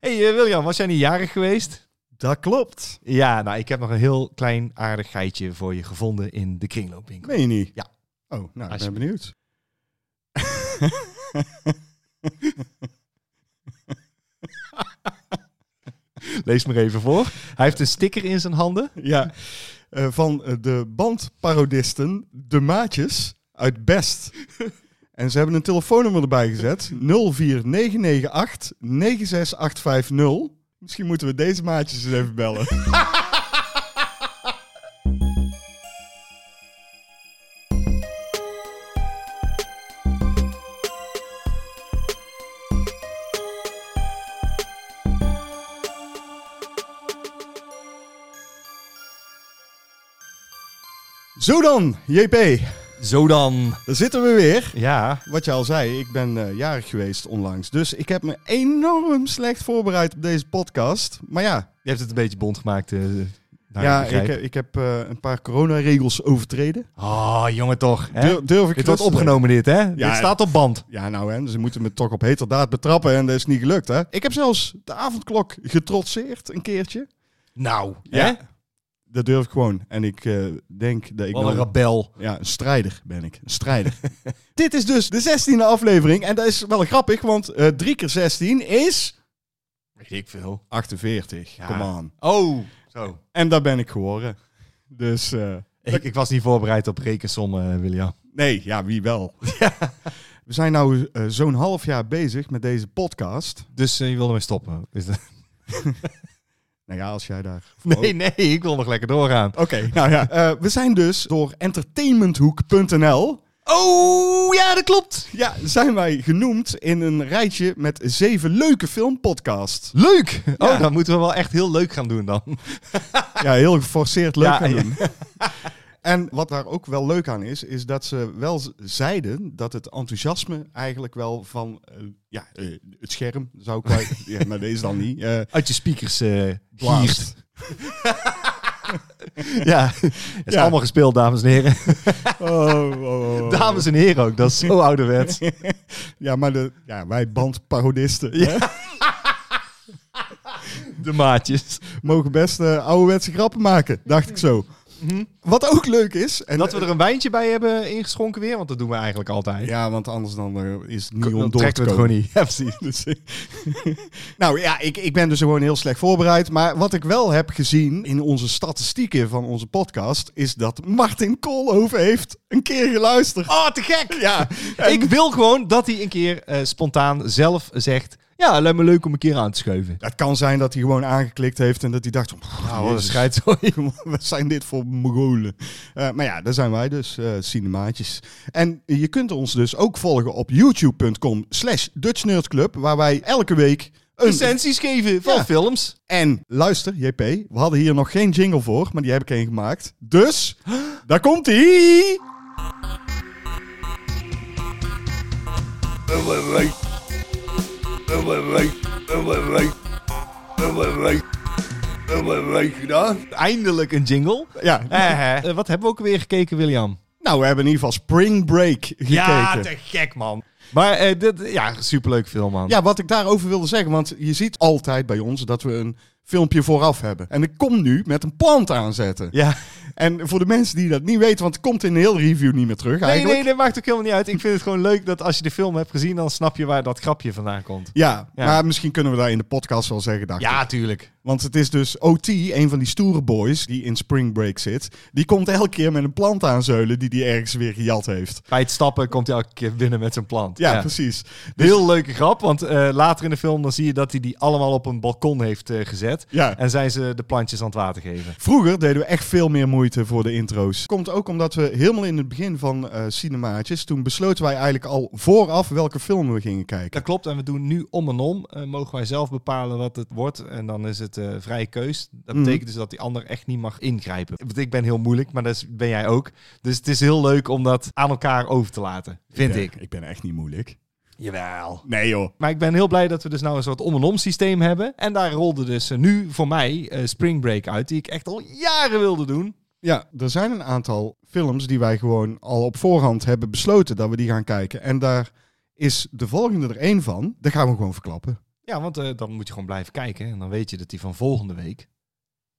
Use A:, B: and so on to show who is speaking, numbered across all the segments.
A: hey, eh, William, was jij niet jarig geweest?
B: Dat klopt.
A: Ja, nou, ik heb nog een heel klein aardig geitje voor je gevonden in de kringloopwinkel.
B: Meen je niet?
A: Ja.
B: Oh, nou, ik
A: Als je-
B: ben benieuwd.
A: Lees maar even voor. Hij heeft een sticker in zijn handen.
B: ja. Eh, van eh, de bandparodisten De Maatjes uit Best. en ze hebben een telefoonnummer erbij gezet. 04998-96850. Misschien moeten we deze maatjes eens even bellen. Zo dan, JP.
A: Zo dan.
B: Daar zitten we weer.
A: Ja,
B: Wat je al zei, ik ben eh, jarig geweest onlangs. Dus ik heb me enorm slecht voorbereid op deze podcast. Maar ja,
A: je hebt het een beetje bond gemaakt. eh, naar
B: ja
A: ik
B: ik,
A: begrijp.
B: eh, ik heb eh, een paar coronaregels overtreden.
A: Oh, jongen toch. Hè?
B: Durf, durf ik
A: Dit eh, wordt
B: gerust te
A: opgenomen dit, hè? dit
B: het-
A: staat op band.
B: zeggen. Ja, nou hè, ze moeten me toch op heterdaad betrappen en dat is niet gelukt hè. Ik heb zelfs de avondklok getrotseerd een keertje.
A: Nou,
B: Ja. Dat durf ik gewoon. En ik eh, denk dat ik
A: Wat een
B: nog-
A: rabel.
B: Ja, een strijder ben ik. Een strijder. Dit is dus de 16e aflevering. En dat is wel grappig, want eh 3 keer 16 is
A: Weet ik veel.
B: 48.
A: Ja.
B: Come on.
A: Oh, zo.
B: En daar ben ik geworden. Dus eh,
A: Ik, ik was niet voorbereid op rekensommen, eh, William.
B: nee, ja, wie wel. We zijn nu zo'n half jaar bezig met deze podcast.
A: Dus eh, je wilde mee stoppen. Is dat-
B: Nou ja, als jij daar...
A: Nee, nee, ik wil nog lekker doorgaan.
B: Oké, nou ja. eh, we zijn dus door entertainmenthoek.nl...
A: Oh, ja, dat klopt.
B: Ja, zijn wij genoemd in een rijtje met zeven leuke filmpodcasts.
A: Leuk.
B: Ja.
A: Oh, dan moeten we wel echt heel leuk gaan doen dan.
B: Ja, heel geforceerd leuk
A: Ja,
B: gaan
A: ja.
B: doen. En wat daar ook wel leuk aan is, is dat ze wel z- zeiden dat het enthousiasme eigenlijk wel van eh, ja, eh, het scherm zou ik wel- ja, maar deze dan niet. eh
A: Uit je speakers eh giert.
B: blaast.
A: Ja, het is
B: Ja.
A: allemaal gespeeld, dames en heren.
B: Oh, oh, oh, oh.
A: Dames en heren ook, dat is zo ouderwets.
B: Ja, maar de, ja, wij bandparodisten
A: Ja.
B: hè,
A: De maatjes.
B: mogen best eh, ouderwetse grappen maken, dacht ik zo. Wat ook leuk is... En
A: Mhm. Dat we er een wijntje bij hebben ingeschonken weer, want dat doen we eigenlijk altijd.
B: Ja, want anders dan eh, is het niet
A: Dan
B: om door te
A: trekken we het gewoon
B: komen.
A: niet. Ja, precies.
B: Dus, nou ja, ik, ik ben dus gewoon heel slecht voorbereid. Maar wat ik wel heb gezien in onze statistieken van onze podcast... is dat Martin Koolhoven heeft een keer geluisterd.
A: Oh, te gek!
B: Ja, en-
A: Ik wil gewoon dat hij een keer eh, spontaan zelf zegt... Ja, lijkt me leuk om een keer aan te schuiven.
B: het kan zijn dat hij gewoon aangeklikt heeft en dat hij dacht... van, "Pff,
A: Nou, wat een
B: Jezus,
A: scheidzooi.
B: Wat zijn dit voor mogolen? Eh, maar ja, daar zijn wij dus, eh, cinemaatjes. En je kunt ons dus ook volgen op youtube.com slash Dutch Nerd Club... waar wij elke week een
A: Licenties geven van
B: Ja.
A: films.
B: En luister, JP, we hadden hier nog geen jingle voor, maar die heb ik één gemaakt. Dus, daar komt ie!
A: Eindelijk een jingle.
B: Ja,
A: Eh, eh, wat hebben we ook weer gekeken, William?
B: nou, we hebben in ieder geval Spring Break gekeken.
A: gek, man. Maar eh, dit, ja, superleuk film, man.
B: Ja, wat ik daarover wilde zeggen, want je ziet altijd bij ons dat we een filmpje vooraf hebben. En ik kom nu met een plant aanzetten.
A: ja.
B: En voor de mensen die dat niet weten, want het komt in de hele review niet meer terug
A: Nee,
B: eigenlijk.
A: nee, dat maakt ook helemaal niet uit. Ik vind het gewoon leuk dat als je de film hebt gezien, dan snap je waar dat grapje vandaan komt.
B: Ja,
A: Ja.
B: maar misschien kunnen we daar in de podcast wel zeggen, dacht ik.
A: tuurlijk.
B: Want het is dus OT, een van die stoere boys die in Spring Break zit. Die komt elke keer met een plant aanzeulen die hij ergens weer gejat heeft.
A: Bij het stappen komt hij elke keer binnen met zijn plant.
B: Ja, precies. Dus,
A: Heel leuke grap, want eh, later in de film dan zie je dat hij die allemaal op een balkon heeft eh, gezet.
B: Dus, ja.
A: En zijn ze de plantjes aan het water geven.
B: Vroeger deden we echt veel meer moeite voor de intro's. Komt ook omdat we helemaal in het begin van eh, Cinemaatjes, toen besloten wij eigenlijk al vooraf welke film we gingen kijken.
A: Dat klopt, en we doen nu om en om. eh, mogen wij zelf bepalen wat het wordt. En dan is het eh, vrije keus. Dat
B: Mhm.
A: betekent dus dat die ander echt niet mag ingrijpen. Want ik ben heel moeilijk, maar dat is- ben jij ook. Dus het is heel leuk om dat aan elkaar over te laten, vind
B: Ja,
A: ik.
B: Ik ben echt niet moeilijk.
A: Jawel.
B: Nee joh.
A: Maar ik ben heel blij dat we dus nou een soort om en om systeem hebben. En daar rolde dus eh, nu voor mij eh, Spring Break uit, die ik echt al jaren wilde doen.
B: Ja, er zijn een aantal films die wij gewoon al op voorhand hebben besloten dat we die gaan kijken. En daar is de volgende er één van. Daar gaan we gewoon verklappen.
A: Ja, want eh, dan moet je gewoon blijven kijken. En dan weet je dat die van volgende week.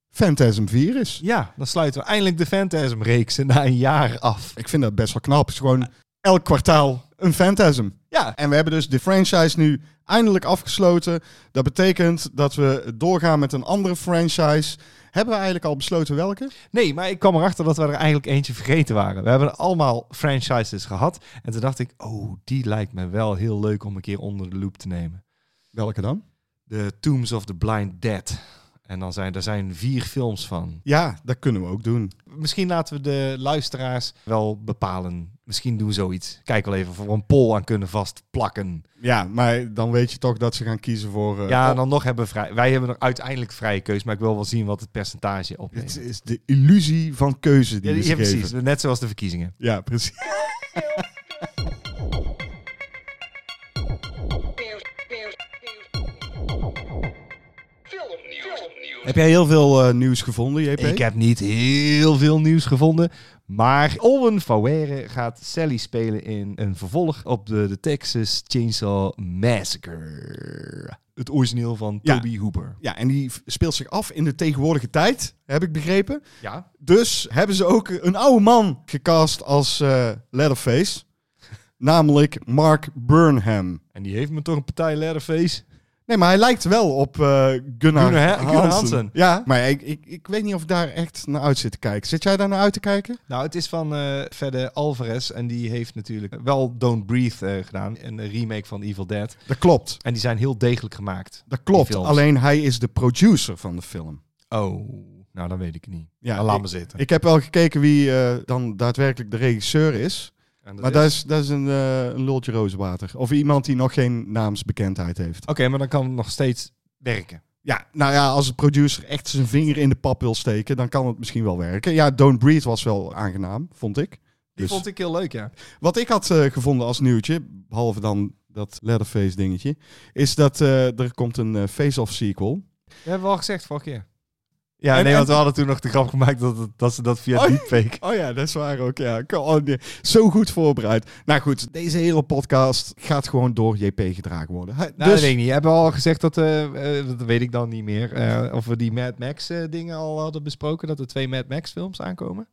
B: Phantasm 4 is.
A: Ja, dan sluiten we eindelijk de Phantasm-reeks na een jaar af.
B: Ik vind dat best wel knap. Het is gewoon elk kwartaal een Phantasm.
A: Ja,
B: En we hebben dus de franchise nu eindelijk afgesloten. Dat betekent dat we doorgaan met een andere franchise. Hebben we eigenlijk al besloten welke?
A: nee, maar ik kwam erachter dat we er eigenlijk eentje vergeten waren. We hebben allemaal franchises gehad. En toen dacht ik, oh, die lijkt me wel heel leuk om een keer onder de loep te nemen.
B: Welke dan?
A: De Tombs of the Blind Dead. En dan zijn, daar zijn vier films van.
B: Ja, dat kunnen we ook doen.
A: Misschien laten we de luisteraars wel bepalen. Misschien doen we zoiets. Kijk wel even of we er een poll aan kunnen vastplakken.
B: Ja, maar dan weet je toch dat ze gaan kiezen voor... eh,
A: Ja,
B: oh,
A: dan nog hebben we vrij. Wij hebben er uiteindelijk vrije keus, maar ik wil wel zien wat het percentage opneemt.
B: Het is de illusie van keuze die
A: Ja,
B: we
A: ja,
B: ze geven.
A: precies. Net zoals de verkiezingen.
B: Ja, precies. Heb jij heel veel eh, nieuws gevonden, JP?
A: Ik heb niet heel veel nieuws gevonden. Maar Owen Fawere gaat Sally spelen in een vervolg op de, de Texas Chainsaw Massacre. Het origineel van
B: Ja.
A: Toby Hooper.
B: Ja, en die speelt zich af in de tegenwoordige tijd, heb ik begrepen.
A: Ja.
B: Dus hebben ze ook een oude man gecast als eh Leatherface. namelijk Mark Burnham.
A: En die heeft me toch een partij Leatherface.
B: Nee, maar hij lijkt wel op eh Gunnar,
A: Gunnar
B: Hansen.
A: Hansen.
B: Ja, maar ik, ik, ik weet niet of ik daar echt naar uit zit te kijken. Zit jij daar naar uit te kijken?
A: Nou, het is van eh verder Alvarez. En die heeft natuurlijk wel Don't Breathe eh, gedaan. Een remake van Evil Dead.
B: Dat klopt.
A: En die zijn heel degelijk gemaakt.
B: Dat
A: Die
B: klopt.
A: films.
B: Alleen hij is de producer van de film.
A: Oh, nou dan weet ik het niet.
B: Ja,
A: Ja, laat
B: ik-
A: me zitten.
B: Ik heb wel gekeken wie eh, dan daadwerkelijk de regisseur is.
A: En dat
B: maar
A: is-
B: dat is, dat is een, eh een lultje rozenwater. Of iemand die nog geen naamsbekendheid heeft.
A: Oké, maar dan kan het nog steeds werken.
B: Ja, nou ja, als de producer echt zijn vinger in de pap wil steken, dan kan het misschien wel werken. Ja, Don't Breathe was wel aangenaam, vond ik.
A: Die
B: Dus-
A: vond ik heel leuk, ja.
B: Wat ik had eh, gevonden als nieuwtje, behalve dan dat Leatherface dingetje, is dat eh, er komt een eh, Face-Off sequel.
A: Dat hebben we al gezegd vorige keer. Ja,
B: En-
A: nee,
B: en-
A: want we hadden toen nog de grap gemaakt dat, het- dat ze dat via
B: Oh.
A: deepfake...
B: Oh ja, dat is waar ook, ja. Kom, oh nee, Zo goed voorbereid. Nou goed, deze hele podcast gaat gewoon door JP gedragen worden. Hij-
A: Nou,
B: dus,
A: dat weet ik niet. Hebben we al gezegd dat... eh, eh, dat weet ik dan niet meer. eh, of we die Mad Max eh, dingen al hadden besproken. Dat er twee Mad Max films aankomen.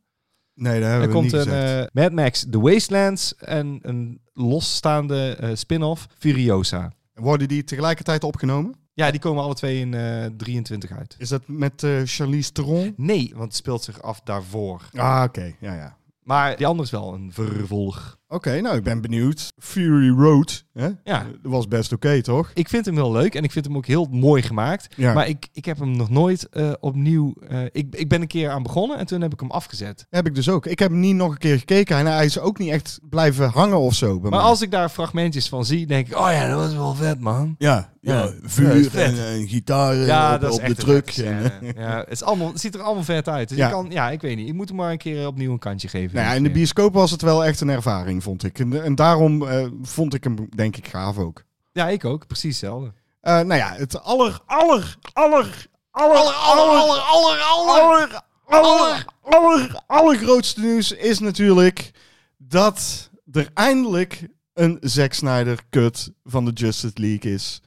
B: nee, dat
A: Er
B: hebben we
A: komt
B: niet
A: een
B: gezegd.
A: eh, Mad Max The Wastelands en een losstaande eh, spin-off Furiosa.
B: Worden die tegelijkertijd opgenomen?
A: Ja, die komen alle twee in eh 23 uit.
B: Is dat met eh Charlize Theron?
A: Nee, want het speelt zich af daarvoor.
B: Ah, oké. Ja, ja.
A: Maar die andere is wel een vervolg.
B: Oké, nou, ik ben benieuwd. Fury Road, hè?
A: Ja.
B: Dat was best oké, toch?
A: Ik vind hem heel leuk en ik vind hem ook heel mooi gemaakt.
B: Ja.
A: Maar ik, ik heb hem nog nooit eh, opnieuw... eh, ik, ik ben een keer aan begonnen en toen heb ik hem afgezet.
B: Heb ik dus ook. Ik heb hem niet nog een keer gekeken. En hij is ook niet echt blijven hangen of zo. bij
A: Maar
B: mij.
A: als ik daar fragmentjes van zie, denk ik... Oh ja, dat was wel vet, man.
B: Ja,
A: Ja,
B: ja,
A: ja, is
B: vuur
A: vet.
B: en, en gitaar eh,
A: Ja,
B: op,
A: dat is
B: op
A: echt
B: de
A: een
B: truck.
A: vet.
B: en, eh,
A: Ja, ja, ja. Het, is allemaal, het ziet er allemaal vet uit. Dus
B: Ja.
A: ja. Ik kan, ja, ik weet niet. Ik moet hem maar een keer eh, opnieuw een kantje geven. Dus, eh,
B: Nou ja, in de bioscoop was het wel echt een ervaring, vond ik. En, en daarom eh, vond ik hem, denk ik, gaaf ook.
A: Ja, ik ook. Precies hetzelfde.
B: Eh, nou ja, het aller, aller, aller, aller, aller, aller, aller, aller, aller, aller, allergrootste nieuws is natuurlijk dat er eindelijk een Zack Snyder cut van de Justice League is.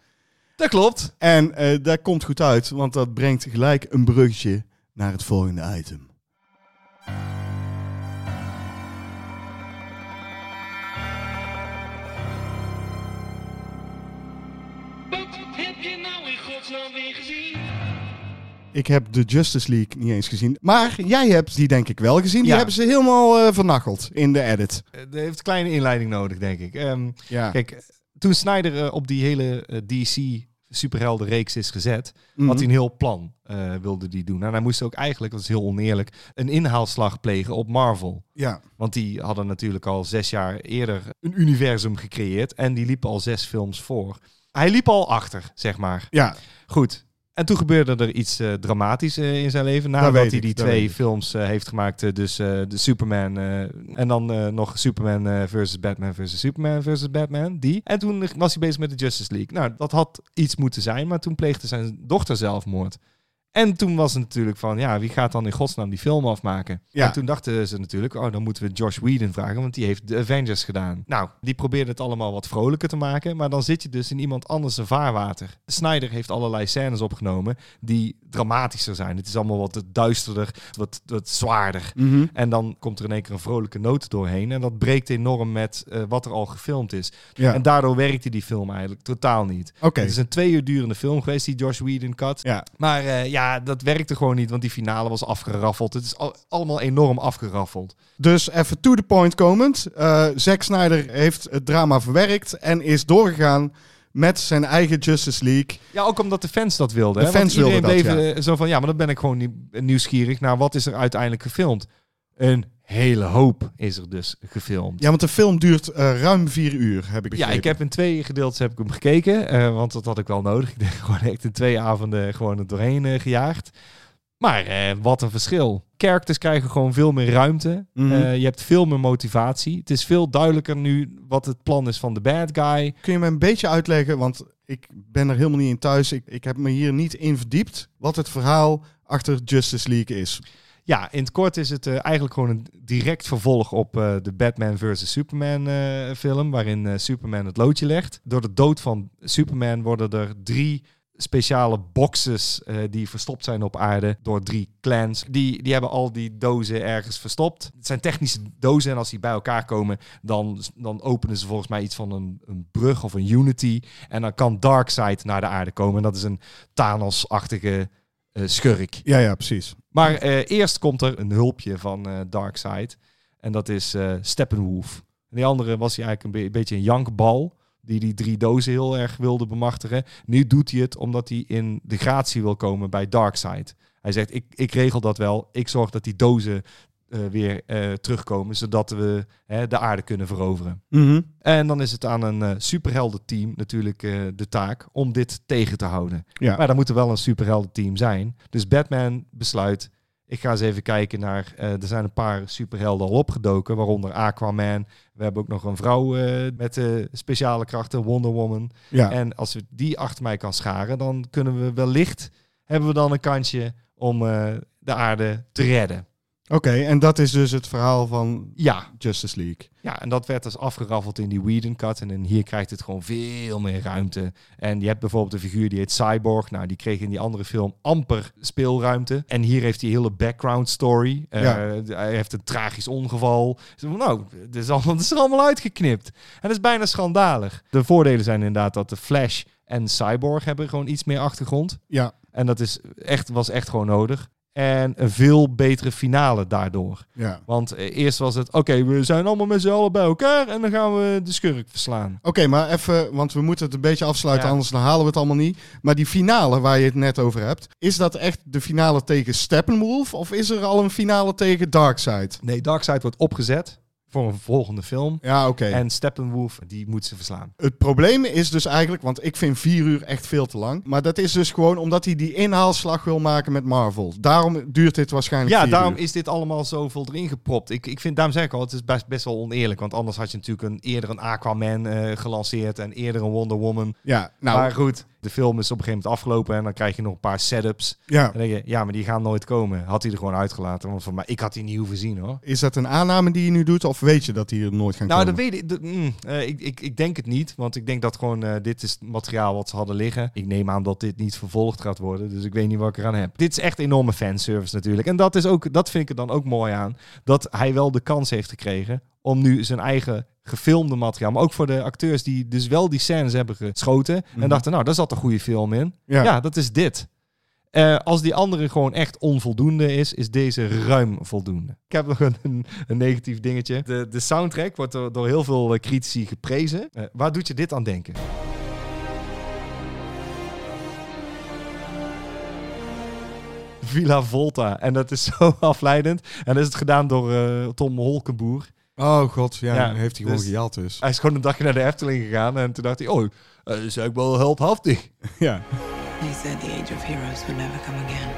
A: Dat klopt.
B: En eh, dat komt goed uit, want dat brengt gelijk een bruggetje naar het volgende item.
C: Wat heb je nou in godsnaam weer gezien?
B: Ik heb de Justice League niet eens gezien, maar jij hebt die denk ik wel gezien. Die
A: Ja.
B: hebben ze helemaal eh, vernacheld in de edit.
A: Eh, Dat heeft een kleine inleiding nodig, denk ik. Ehm,
B: Ja.
A: Kijk, eh, toen Snyder eh, op die hele eh, DC superheldenreeks is gezet,
B: Mhm.
A: had hij een heel plan eh, wilde die doen. En hij moest ook eigenlijk, dat is heel oneerlijk, een inhaalslag plegen op Marvel.
B: ja.
A: Want die hadden natuurlijk al zes jaar eerder een universum gecreëerd en die liepen al zes films voor. Hij liep al achter, zeg maar.
B: Ja,
A: Goed. En toen gebeurde er iets eh, dramatisch eh, in zijn leven. Nadat
B: Dat weet
A: hij
B: ik,
A: die
B: dat
A: twee
B: weet ik.
A: films eh, heeft gemaakt. eh, dus eh, de Superman eh, en dan eh, nog Superman eh versus Batman versus Superman versus Batman. Die. En toen was hij bezig met de Justice League. Nou, dat had iets moeten zijn. Maar toen pleegde zijn dochter zelfmoord. En toen was het natuurlijk van, ja, wie gaat dan in godsnaam die film afmaken?
B: Ja.
A: En toen dachten ze natuurlijk, oh, dan moeten we Josh Whedon vragen, want die heeft de Avengers gedaan. Nou, die probeerde het allemaal wat vrolijker te maken, maar dan zit je dus in iemand anders zijn vaarwater. Snyder heeft allerlei scènes opgenomen die dramatischer zijn. Het is allemaal wat duisterder, wat, wat zwaarder.
B: Mhm.
A: En dan komt er in één keer een vrolijke noot doorheen. En dat breekt enorm met eh, wat er al gefilmd is.
B: Ja.
A: En daardoor werkte die film eigenlijk totaal niet.
B: Oké.
A: Het is een twee uur durende film geweest, die Josh Whedon cut.
B: Ja.
A: Maar eh, ja, dat werkte gewoon niet, want die finale was afgeraffeld. Het is al- allemaal enorm afgeraffeld.
B: Dus even to the point komend. Eh Zack Snyder heeft het drama verwerkt en is doorgegaan met zijn eigen Justice League.
A: Ja, ook omdat de fans dat wilden.
B: De
A: hè?
B: fans
A: want iedereen
B: wilden dat,
A: bleef eh, zo van, ja, maar dan ben ik gewoon nie- nieuwsgierig naar wat is er uiteindelijk gefilmd. Een hele hoop is er dus gefilmd.
B: Ja, want de film duurt eh, ruim vier uur, heb ik
A: Ja,
B: begrepen.
A: ik heb in twee gedeeltes heb ik hem gekeken, eh, want dat had ik wel nodig. Ik ben gewoon echt in twee avonden gewoon er doorheen eh, gejaagd. Maar eh, wat een verschil. Characters krijgen gewoon veel meer ruimte.
B: Mhm.
A: Eh, je hebt veel meer motivatie. Het is veel duidelijker nu wat het plan is van de bad guy.
B: Kun je me een beetje uitleggen, want ik ben er helemaal niet in thuis. Ik, ik heb me hier niet in verdiept wat het verhaal achter Justice League is.
A: Ja, in het kort is het eh, eigenlijk gewoon een direct vervolg op eh, de Batman vs. Superman eh, film, waarin eh, Superman het loodje legt. Door de dood van Superman worden er drie speciale boxes eh, die verstopt zijn op aarde door drie clans. Die, die hebben al die dozen ergens verstopt. Het zijn technische dozen en als die bij elkaar komen, dan, dan openen ze volgens mij iets van een, een brug of een unity. En dan kan Darkseid naar de aarde komen. En dat is een Thanos-achtige eh, schurk.
B: Ja, ja, precies.
A: Maar eh, eerst komt er een hulpje van eh, Darkseid. En dat is eh, Steppenwolf. En die andere was hij eigenlijk een be- beetje een jankbal. Die die drie dozen heel erg wilde bemachtigen. Nu doet hij het omdat hij in de gratie wil komen bij Darkseid. Hij zegt, ik, ik regel dat wel. Ik zorg dat die dozen eh, weer eh, terugkomen. Zodat we hè, de aarde kunnen veroveren. En dan is het aan een eh, superheldenteam natuurlijk eh, de taak om dit tegen te houden.
B: Ja.
A: Maar daar moet er wel een superheldenteam zijn. Dus Batman besluit, ik ga eens even kijken naar... eh, er zijn een paar superhelden al opgedoken, waaronder Aquaman. We hebben ook nog een vrouw eh, met eh, speciale krachten, Wonder Woman.
B: ja.
A: En als we die achter mij kan scharen, dan kunnen we wellicht... hebben we dan een kansje om eh, de aarde te redden.
B: Oké, en dat is dus het verhaal van
A: Ja,
B: Justice League.
A: Ja, en dat werd dus afgeraffeld in die Whedon cut. En in hier krijgt het gewoon veel meer ruimte. En je hebt bijvoorbeeld een figuur die heet Cyborg. Nou, die kreeg in die andere film amper speelruimte. En hier heeft hij hele background story. Eh,
B: Ja.
A: Hij heeft een tragisch ongeval. Dus van, nou, het is, allemaal, het is er allemaal uitgeknipt. En dat is bijna schandalig. De voordelen zijn inderdaad dat de Flash en Cyborg hebben gewoon iets meer achtergrond.
B: Ja,
A: En dat is echt, was echt gewoon nodig. En een veel betere finale daardoor.
B: ja.
A: Want eh, eerst was het, oké, we zijn allemaal met z'n allen bij elkaar en dan gaan we de schurk verslaan.
B: Oké, maar even, want we moeten het een beetje afsluiten,
A: Ja.
B: anders dan halen we het allemaal niet. Maar die finale waar je het net over hebt, is dat echt de finale tegen Steppenwolf of is er al een finale tegen Darkseid?
A: Nee, Darkseid wordt opgezet voor een volgende film.
B: Ja, oké.
A: En Steppenwolf, die moet ze verslaan.
B: Het probleem is dus eigenlijk, want ik vind vier uur echt veel te lang. Maar dat is dus gewoon omdat hij die inhaalslag wil maken met Marvel. Daarom duurt dit waarschijnlijk
A: Ja,
B: vier
A: daarom
B: uur.
A: is dit allemaal zoveel erin gepropt. Ik, ik vind, daarom zeg ik al, het is best, best wel oneerlijk. Want anders had je natuurlijk een, eerder een Aquaman eh, gelanceerd en eerder een Wonder Woman.
B: Ja, nou,
A: Maar goed, de film is op een gegeven moment afgelopen en dan krijg je nog een paar setups.
B: ja.
A: En dan denk je, ja, maar die gaan nooit komen. Had hij er gewoon uitgelaten. Want voor mij, ik had die niet hoeven zien hoor.
B: Is dat een aanname die je nu doet of weet je dat die er nooit gaan
A: Nou,
B: komen?
A: dat weet ik, dat- mm, eh, ik, ik. Ik denk het niet, want ik denk dat gewoon eh, dit is het materiaal wat ze hadden liggen. Ik neem aan dat dit niet vervolgd gaat worden, dus ik weet niet wat ik eraan heb. Dit is echt enorme fanservice natuurlijk. En dat, is ook, dat vind ik er dan ook mooi aan, dat hij wel de kans heeft gekregen om nu zijn eigen gefilmde materiaal, maar ook voor de acteurs die dus wel die scènes hebben geschoten
B: Mhm.
A: en dachten, nou, daar zat een goede film in.
B: Ja.
A: Ja, dat is dit. Eh, als die andere gewoon echt onvoldoende is, is deze ruim voldoende. Ik heb nog een, een, een negatief dingetje. De, de soundtrack wordt door, door heel veel eh, critici geprezen. Eh, waar doet je dit aan denken? Villa Volta. En dat is zo afleidend. En dat is het gedaan door eh, Tom Holkenboer.
B: Oh god, ja,
A: Ja,
B: dan heeft hij gewoon
A: dus-
B: gejat dus.
A: Hij is gewoon een dagje naar de Efteling gegaan. En toen dacht hij, oh, eh, dat is eigenlijk wel helphaftig.
B: ja.
D: They said the age of heroes would never come again.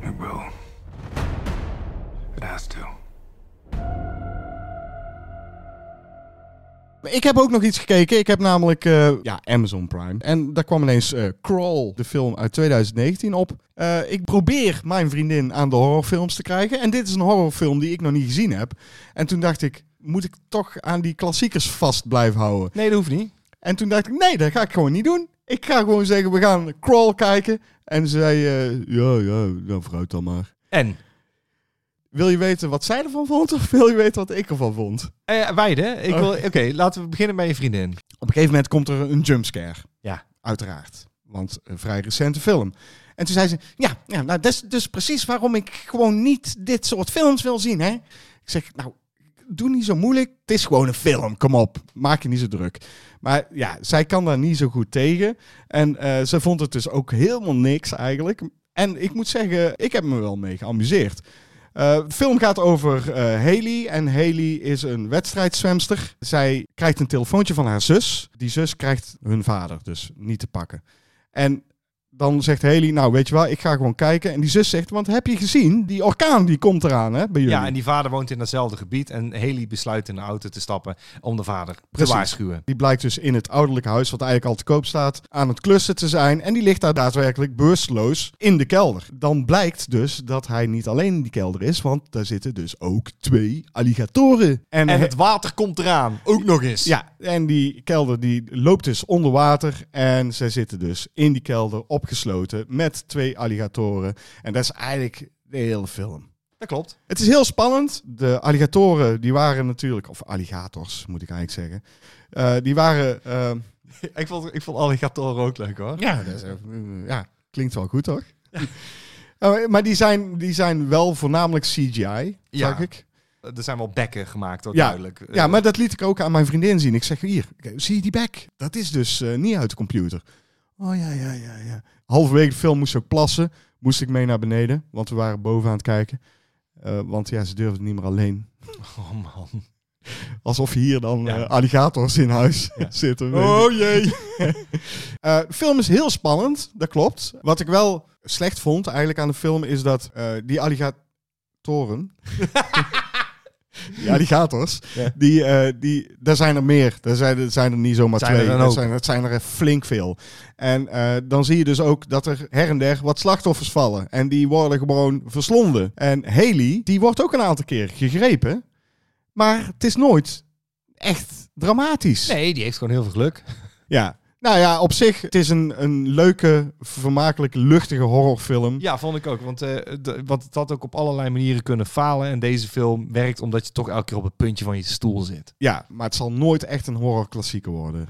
E: It will. It has to.
B: Ik heb ook nog iets gekeken. Ik heb namelijk eh, ja, Amazon Prime. En daar kwam ineens eh, Crawl, de film uit 2019, op. Eh, ik probeer mijn vriendin aan de horrorfilms te krijgen. En dit is een horrorfilm die ik nog niet gezien heb. En toen dacht ik, moet ik toch aan die klassiekers vast blijven houden?
A: Nee, dat hoeft niet.
B: En toen dacht ik, nee, dat ga ik gewoon niet doen. Ik ga gewoon zeggen, we gaan Crawl kijken. En ze zei, eh, ja, ja, dan vooruit dan maar.
A: En
B: Wil je weten wat zij ervan vond of wil je weten wat ik ervan vond?
A: eh beide. Ik
B: Oh.
A: wil. Oké, laten we beginnen bij je vriendin.
B: Op een gegeven moment komt er een jumpscare.
A: Ja.
B: Uiteraard. Want een vrij recente film. En toen zei ze, ja, ja nou, dat is dus precies waarom ik gewoon niet dit soort films wil zien. Hè? Ik zeg, nou, doe niet zo moeilijk. Het is gewoon een film, kom op. Maak je niet zo druk. Maar ja, zij kan daar niet zo goed tegen. En eh, ze vond het dus ook helemaal niks eigenlijk. En ik moet zeggen, ik heb me wel mee geamuseerd. Eh, de film gaat over eh Haley. En Haley is een wedstrijdzwemster. Zij krijgt een telefoontje van haar zus. Die zus krijgt hun vader dus niet te pakken. En dan zegt Haley, nou weet je wel, ik ga gewoon kijken. En die zus zegt, want heb je gezien? Die orkaan die komt eraan hè, bij jullie.
A: Ja, en die vader woont in datzelfde gebied. En Haley besluit in de auto te stappen om de vader
B: Precies.
A: te waarschuwen.
B: Die blijkt dus in het ouderlijke huis, wat eigenlijk al te koop staat, aan het klussen te zijn. En die ligt daar daadwerkelijk bewusteloos in de kelder. Dan blijkt dus dat hij niet alleen in die kelder is, want daar zitten dus ook twee alligatoren.
A: En het water komt eraan. Ook nog eens.
B: ja, en die kelder die loopt dus onder water. En zij zitten dus in die kelder opgesloten met twee alligatoren. En dat is eigenlijk de hele film.
A: dat klopt.
B: Het is heel spannend. De alligatoren, die waren natuurlijk, of alligators moet ik eigenlijk zeggen. eh, die waren eh,
A: Ik vond, ik vond alligatoren ook leuk hoor.
B: Ja, dat is, eh, eh, ja klinkt wel goed, toch? Eh, maar die zijn, die zijn wel voornamelijk CGI,
A: Ja.
B: zag ik.
A: Eh, Er zijn wel bekken gemaakt, ook
B: Ja.
A: duidelijk.
B: Ja,
A: Eh,
B: maar dat liet ik ook aan mijn vriendin zien. Ik zeg, hier, kijk, zie je die bek? Dat is dus eh, niet uit de computer. Oh ja, ja, ja, ja. Halverwege de film moest ze ook plassen. Moest ik mee naar beneden, want we waren boven aan het kijken. Eh, want ja, ze durfde niet meer alleen.
A: Oh man.
B: Alsof hier dan
A: Ja.
B: eh, alligators in huis
A: Ja.
B: zitten. Oh jee. de film is heel spannend, dat klopt. Wat ik wel slecht vond eigenlijk aan de film is dat eh, die alligatoren. die alligators.
A: Ja.
B: Die, eh, die, daar zijn er meer. Daar zijn, er zijn er niet zomaar
A: Zijn er
B: twee.
A: dan
B: dat,
A: ook?
B: zijn, dat zijn er flink veel. En eh, dan zie je dus ook dat er her en der wat slachtoffers vallen. En die worden gewoon verslonden. En Haley, die wordt ook een aantal keer gegrepen. Maar het is nooit echt dramatisch.
A: Nee, die heeft gewoon heel veel geluk.
B: Ja. Nou ja, op zich, het is een, een leuke, vermakelijk luchtige horrorfilm.
A: Ja, vond ik ook. Want, eh, de- want het had ook op allerlei manieren kunnen falen. En deze film werkt omdat je toch elke keer op het puntje van je stoel zit.
B: Ja, maar het zal nooit echt een horrorklassieker worden.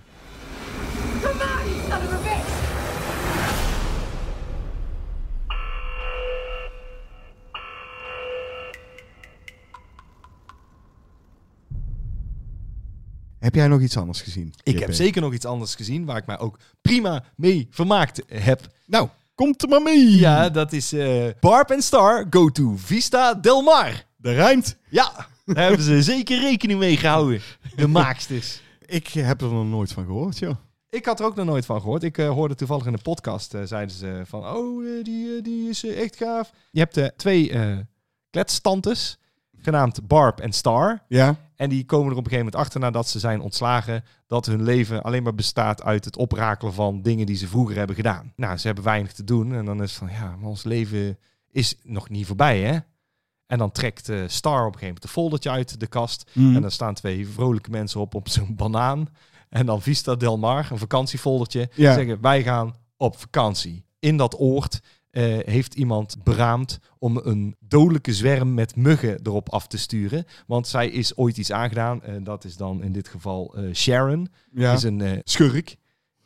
E: Come out, you son of a bitch!
B: Heb jij nog iets anders gezien?
A: Ik
B: JP?
A: heb zeker nog iets anders gezien waar ik mij ook prima mee vermaakt heb.
B: Nou, komt er maar mee.
A: Ja, dat is eh, Barb and Star Go to Vista Del Mar.
B: Dat rijmt.
A: Ja, daar hebben ze zeker rekening mee gehouden. De maaksters.
B: Ik heb er nog nooit van gehoord, joh.
A: Ik had er ook nog nooit van gehoord. Ik eh, hoorde toevallig in een podcast, eh, zeiden ze van, oh, eh, die, eh, die is eh, echt gaaf. Je hebt eh, twee eh kletstantes, genaamd Barb en Star.
B: Ja?
A: En die komen er op een gegeven moment achter nadat ze zijn ontslagen. Dat hun leven alleen maar bestaat uit het oprakelen van dingen die ze vroeger hebben gedaan. Nou, ze hebben weinig te doen. En dan is het van ja, maar ons leven is nog niet voorbij, hè? En dan trekt eh, Star op een gegeven moment een foldertje uit de kast. En daar staan twee vrolijke mensen op op zo'n banaan. En dan Vista Del Mar, een vakantiefoldertje.
B: Ja.
A: Zeggen wij gaan op vakantie. In dat oord eh, heeft iemand beraamd om een dodelijke zwerm met muggen erop af te sturen. Want zij is ooit iets aangedaan. En dat is dan in dit geval eh, Sharon.
B: Ja.
A: Is een eh, schurk.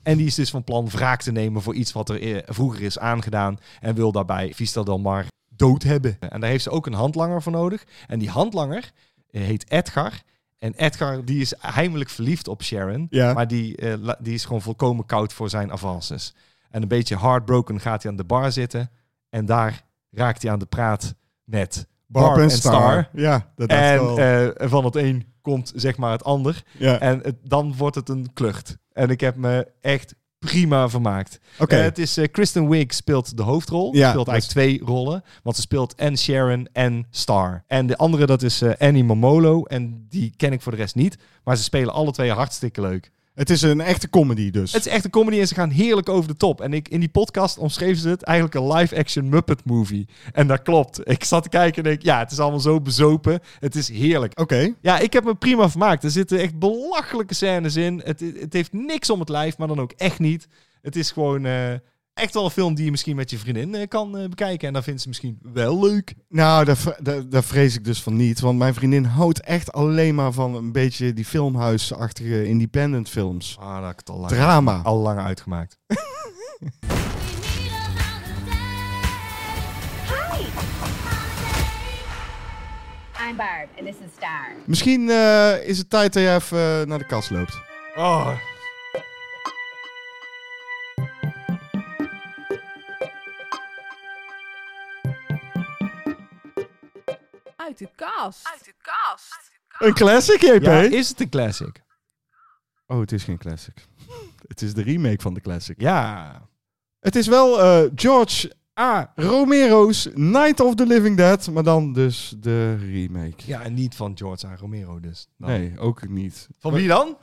A: En die is dus van plan wraak te nemen voor iets wat er eh, vroeger is aangedaan. En wil daarbij Vista Del Mar dood hebben. En daar heeft ze ook een handlanger voor nodig. En die handlanger eh, heet Edgar. En Edgar die is heimelijk verliefd op Sharon.
B: Ja.
A: Maar die, eh, la- die is gewoon volkomen koud voor zijn avances. En een beetje heartbroken gaat hij aan de bar zitten. En daar raakt hij aan de praat met Barb, en Star.
B: Ja, dat dacht ik
A: En
B: al.
A: eh, van het een komt zeg maar het ander.
B: ja.
A: En het- dan wordt het een klucht. En ik heb me echt prima vermaakt.
B: Oké.
A: Eh, het is eh, Kristen Wiig speelt de hoofdrol.
B: Ja,
A: speelt
B: dat
A: eigenlijk twee rollen. Want ze speelt en Sharon en Star. En de andere dat is eh, Annie Momolo. En die ken ik voor de rest niet. Maar ze spelen alle twee hartstikke leuk.
B: Het is een echte comedy dus.
A: Het is echt een comedy en ze gaan heerlijk over de top. En ik, in die podcast omschreven ze het eigenlijk een live-action Muppet movie. En dat klopt. Ik zat te kijken en ik, ja, het is allemaal zo bezopen. Het is heerlijk.
B: Oké.
A: Ja, ik heb me prima vermaakt. Er zitten echt belachelijke scènes in. Het, het heeft niks om het lijf, maar dan ook echt niet. Het is gewoon eh, echt wel een film die je misschien met je vriendin eh, kan eh, bekijken. En dan vindt ze misschien wel leuk.
B: Nou, daar, vre- daar, daar vrees ik dus van niet. Want mijn vriendin houdt echt alleen maar van een beetje die filmhuisachtige independent films.
A: Ah, dat heb ik het al lang,
B: Drama.
A: al lang uitgemaakt.
F: I'm Barb, and this is Star.
B: Misschien eh, is het tijd dat je even eh, naar de kast loopt.
A: Oh.
G: Uit de kast.
B: Een classic, E JP?
A: Ja, is het een classic?
B: Oh, het is geen classic. het is de remake van de classic.
A: Ja.
B: Het is wel eh, George A. Romero's Night of the Living Dead, maar dan dus de remake.
A: Ja, en niet van George A. Romero dus. Dan.
B: Nee, ook niet.
A: Van wie dan?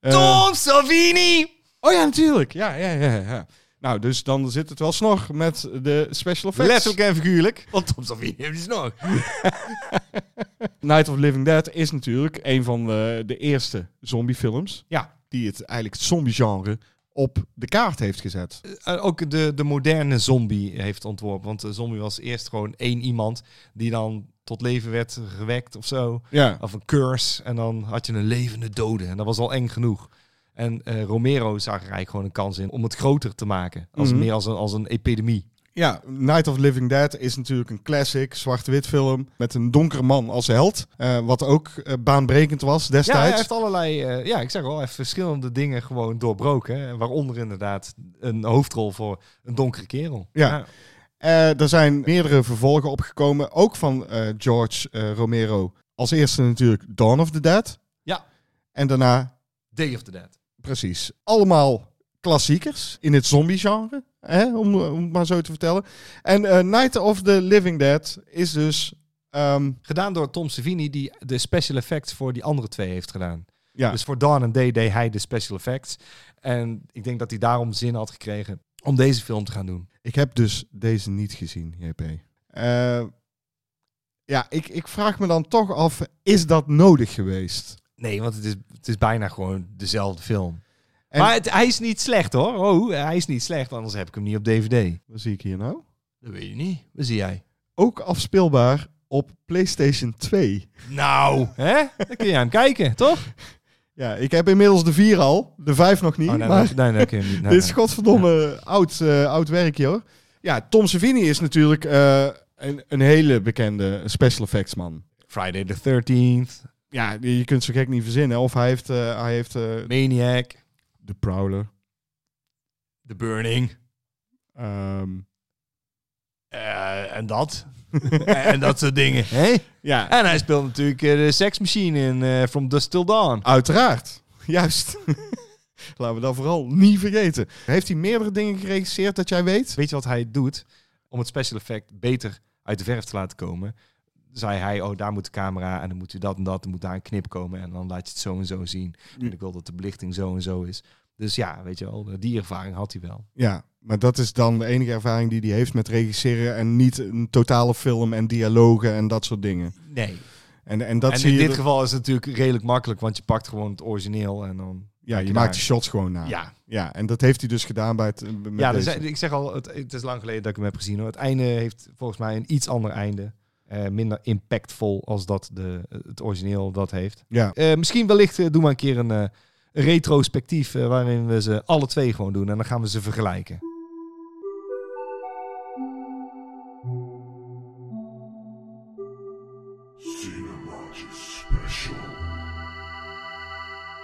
B: Eh,
A: Tom Savini!
B: oh ja, natuurlijk. Ja, ja, ja, ja. Nou, dus dan zit het wel snor met de special effects.
A: en figuurlijk. Want Tom Savini heeft het nog.
B: Night of the Living Dead is natuurlijk een van de, de eerste zombiefilms
A: Ja.
B: die het eigenlijk het zombiegenre op de kaart heeft gezet.
A: Eh, ook de, de moderne zombie heeft ontworpen. Want de zombie was eerst gewoon één iemand die dan tot leven werd gewekt of zo.
B: Ja.
A: Of een curse. En dan had je een levende dode. En dat was al eng genoeg. En eh, Romero zag er eigenlijk gewoon een kans in om het groter te maken. Als,
B: Mhm.
A: Meer als een, als een epidemie.
B: Ja, Night of the Living Dead is natuurlijk een classic zwart-wit film met een donkere man als held. eh, wat ook eh, baanbrekend was
A: Ja, hij
B: destijds.
A: heeft allerlei, eh, ja, ik zeg wel, hij heeft verschillende dingen gewoon doorbroken. Hè, waaronder inderdaad een hoofdrol voor een donkere kerel.
B: Ja. Eh, er zijn meerdere vervolgen opgekomen, ook van eh, George eh, Romero. Als eerste natuurlijk Dawn of the Dead.
A: Ja.
B: En daarna,
A: Day of the Dead.
B: precies, allemaal klassiekers in het zombie-genre, hè, om, om het maar zo te vertellen. En eh, Night of the Living Dead is dus... ehm,
A: Gedaan door Tom Savini, die de special effects voor die andere twee heeft gedaan.
B: ja.
A: Dus voor Dawn en Day deed hij de special effects. En ik denk dat hij daarom zin had gekregen om deze film te gaan doen.
B: Ik heb dus deze niet gezien, JP. Eh, ja, ik, ik vraag me dan toch af, is dat nodig geweest?
A: Nee, want het is, het is bijna gewoon dezelfde film.
B: En-
A: Maar het, hij is niet slecht hoor. Oh, hij is niet slecht, anders heb ik hem niet op DVD.
B: Wat zie ik hier nou?
A: Dat weet je niet. Wat zie jij?
B: Ook afspeelbaar op PlayStation 2.
A: Nou, hè? Dan kun je hem kijken, toch? Oh,
B: Ja, ik heb inmiddels de 4 al, de 5 nog niet.
A: Oh, nee,
B: maar
A: nee, nee, nee, kun je hem niet. Nee,
B: dit is
A: nee.
B: godverdomme oud, eh, oud werkje hoor. Ja, Tom Savini is natuurlijk eh, een, een hele bekende special effects man.
A: Friday the 13th,
B: Ja, die- je kunt zo gek niet verzinnen. Of hij heeft, eh, hij heeft eh,
A: Maniac,
B: de Prowler.
A: The Burning.
B: Ehm,
A: eh, en dat. en dat soort dingen. Hè?
B: ja,
A: En hij speelt natuurlijk eh, de Sex Machine in eh, From Dust Till Dawn.
B: Uiteraard. Juist. Laten we dat vooral niet vergeten. Heeft hij meerdere dingen geregisseerd dat jij weet?
A: Weet je wat hij doet om het special effect beter uit de verf te laten komen? Zei hij, oh, daar moet de camera en dan moet u dat en dat, dan moet daar een knip komen en dan laat je het zo en zo zien. En ik wil dat de belichting zo en zo is. Dus ja, weet je wel, eh, die ervaring had hij wel.
B: Ja, maar dat is dan de enige ervaring die hij heeft met regisseren en niet een totale film en dialogen en dat soort dingen.
A: Nee.
B: En, en dat
A: en
B: zie
A: in
B: je.
A: dit
B: er-
A: geval is het natuurlijk redelijk makkelijk, want je pakt gewoon het origineel en dan...
B: ja, je
A: je
B: maakt
A: daar.
B: de shots gewoon na.
A: Ja,
B: ja, en dat heeft hij dus gedaan bij het. Met
A: ja er
B: deze.
A: zijn- ik zeg al, het, het is lang geleden dat ik hem heb gezien. Hoor. Het einde heeft volgens mij een iets ander einde. Eh, minder impactvol als dat de, het origineel dat heeft.
B: ja.
A: Eh, misschien wellicht eh, doen we een keer een eh, een retrospectief eh, waarin we ze alle twee gewoon doen. En dan gaan we ze vergelijken.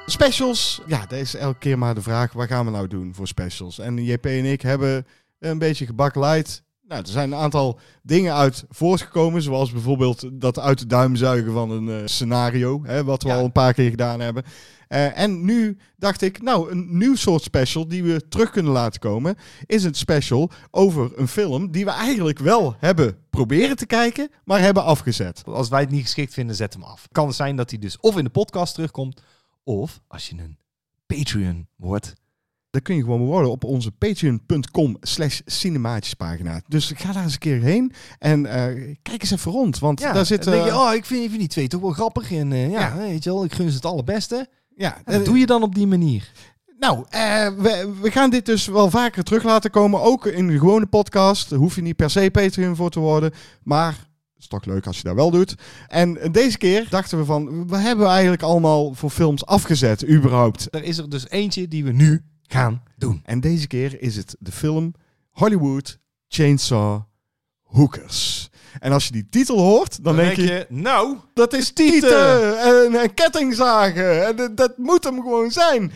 B: Specials. Ja, dat is elke keer maar de vraag: wat gaan we nou doen voor specials? En JP en ik hebben een beetje gebakkeleid. Nou, er zijn een aantal dingen uit voortgekomen, zoals bijvoorbeeld dat uit de duim zuigen van een eh, scenario, hè, wat we
A: Ja.
B: al een paar keer gedaan hebben. Eh, en nu dacht ik, nou, een nieuw soort special die we terug kunnen laten komen, is een special over een film die we eigenlijk wel hebben proberen te kijken, maar hebben afgezet.
A: Als wij het niet geschikt vinden, zet hem af. Kan zijn dat hij dus of in de podcast terugkomt, of als je een Patreon wordt.
B: Dat kun je gewoon worden op onze patreon.com slash cinemaatjespagina. Dus ga daar eens een keer heen en eh, kijk eens even rond, want daar zit...
A: dan denk je,
B: eh,
A: oh, ik vind, ik vind die twee toch wel grappig. En eh, ja,
B: Ja.
A: weet je wel, ik gun ze het allerbeste. Eh,
B: ja,
A: En dat doe je dan op die manier.
B: Nou, eh, we, we gaan dit dus wel vaker terug laten komen. Ook in de gewone podcast. Daar hoef je niet per se Patreon voor te worden. Maar het is toch leuk als je dat wel doet. En deze keer dachten we van... Wat hebben we eigenlijk allemaal voor films afgezet, überhaupt?
A: Er is er dus eentje die we nu gaan doen.
B: En deze keer is het de film Hollywood Chainsaw Hookers. En als je die titel hoort, dan, denk, je...
A: nou,
B: Dat is tieten en, en kettingzagen. En dat, dat moet hem gewoon zijn.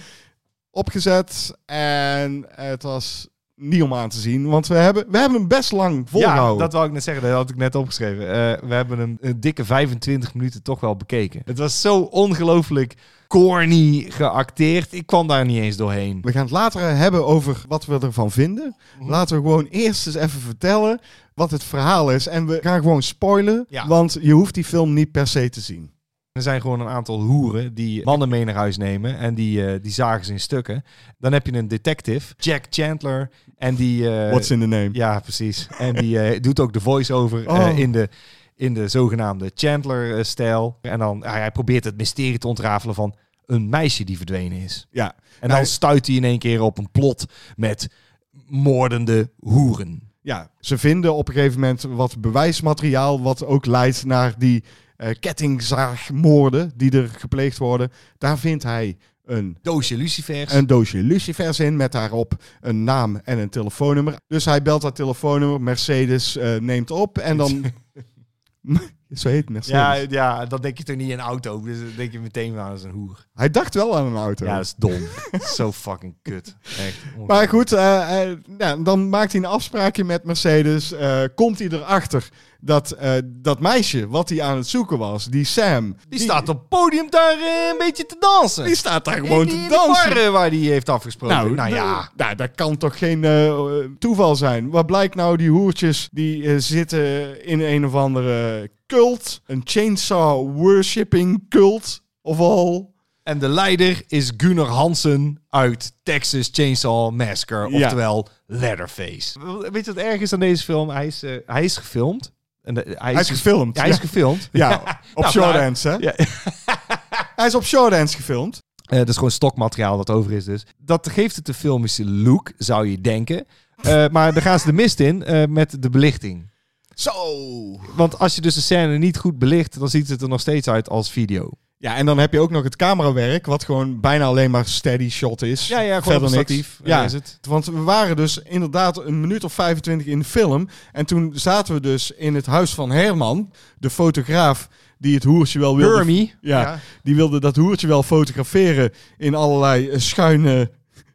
B: Opgezet en het was niet om aan te zien, want we hebben, we hebben hem best lang
A: ja,
B: volgehouden.
A: dat wou ik net zeggen, dat had ik net opgeschreven. Eh, we hebben hem een dikke 25 minuten toch wel bekeken. Het was zo ongelooflijk corny geacteerd. Ik kwam daar niet eens doorheen.
B: We gaan het later hebben over wat we ervan vinden. Laten we gewoon eerst eens even vertellen wat het verhaal is. En we gaan gewoon spoilen,
A: Ja.
B: want je hoeft die film niet per se te zien.
A: Er zijn gewoon een aantal hoeren die mannen mee naar huis nemen en die, eh, die zagen ze in stukken. Dan heb je een detective, Jack Chandler, en die... eh,
B: What's in the name?
A: Ja, precies. En die eh, doet ook de voice-over eh,
B: Oh.
A: in, de, in de zogenaamde Chandler-stijl. En dan ah, hij probeert het mysterie te ontrafelen van een meisje die verdwenen is.
B: Ja.
A: En
B: Nou,
A: dan stuit hij in één keer op een plot met moordende hoeren.
B: ja, ze vinden op een gegeven moment wat bewijsmateriaal, wat ook leidt naar die eh, kettingzaagmoorden die er gepleegd worden. Daar vindt hij een,
A: Doosje lucifers.
B: een doosje lucifers in met daarop een naam en een telefoonnummer. Dus hij belt dat telefoonnummer, Mercedes eh, neemt op en dan... Zo heet Mercedes.
A: ja, ja, dan denk je toch niet in een auto. Dus dan denk je meteen aan als een hoer.
B: Hij dacht wel aan een auto.
A: Ja, dat is dom. Zo fucking kut. Echt.
B: Maar goed, eh, eh, nou, dan maakt hij een afspraakje met Mercedes. Eh, komt hij erachter dat eh, dat meisje wat hij aan het zoeken was, die Sam...
A: die staat op het podium daar eh, een beetje te dansen.
B: Die staat daar gewoon
A: In die-
B: te
A: in die
B: dansen.
A: bar, eh, waar die heeft afgesproken.
B: Nou, nou ja, nou, dat kan toch geen eh, toeval zijn. Wat blijkt nou, die hoertjes die eh, zitten in een of andere cult. Een chainsaw worshipping cult of al.
A: En de leider is Gunnar Hansen uit Texas Chainsaw Massacre,
B: Ja.
A: oftewel Leatherface. Weet je wat erg is aan deze film? Hij is, eh, hij is gefilmd. En, eh, hij,
B: is gefilmd,
A: Hij is
B: ja.
A: gefilmd.
B: Ja, op
A: Nou,
B: short
A: nou,
B: hands, hè?
A: ja.
B: Hij is op short hands gefilmd.
A: Eh, dat is gewoon stokmateriaal dat over is dus. Dat geeft het de filmische look, zou je denken. Eh, maar daar gaan ze de mist in eh, met de belichting.
B: Zo!
A: Want als je dus de scène niet goed belicht, dan ziet het er nog steeds uit als video.
B: Ja, en dan heb je ook nog het camerawerk, wat gewoon bijna alleen maar steady shot is.
A: Ja, ja, gewoon op een statief.
B: Ja,
A: Daar is het.
B: want we waren dus inderdaad een minuut of 25 in de film. En toen zaten we dus in het huis van Herman, de fotograaf die het hoertje wel wilde...
A: Hermie.
B: Ja,
A: Ja.
B: die wilde dat hoertje wel fotograferen in allerlei eh, schuine...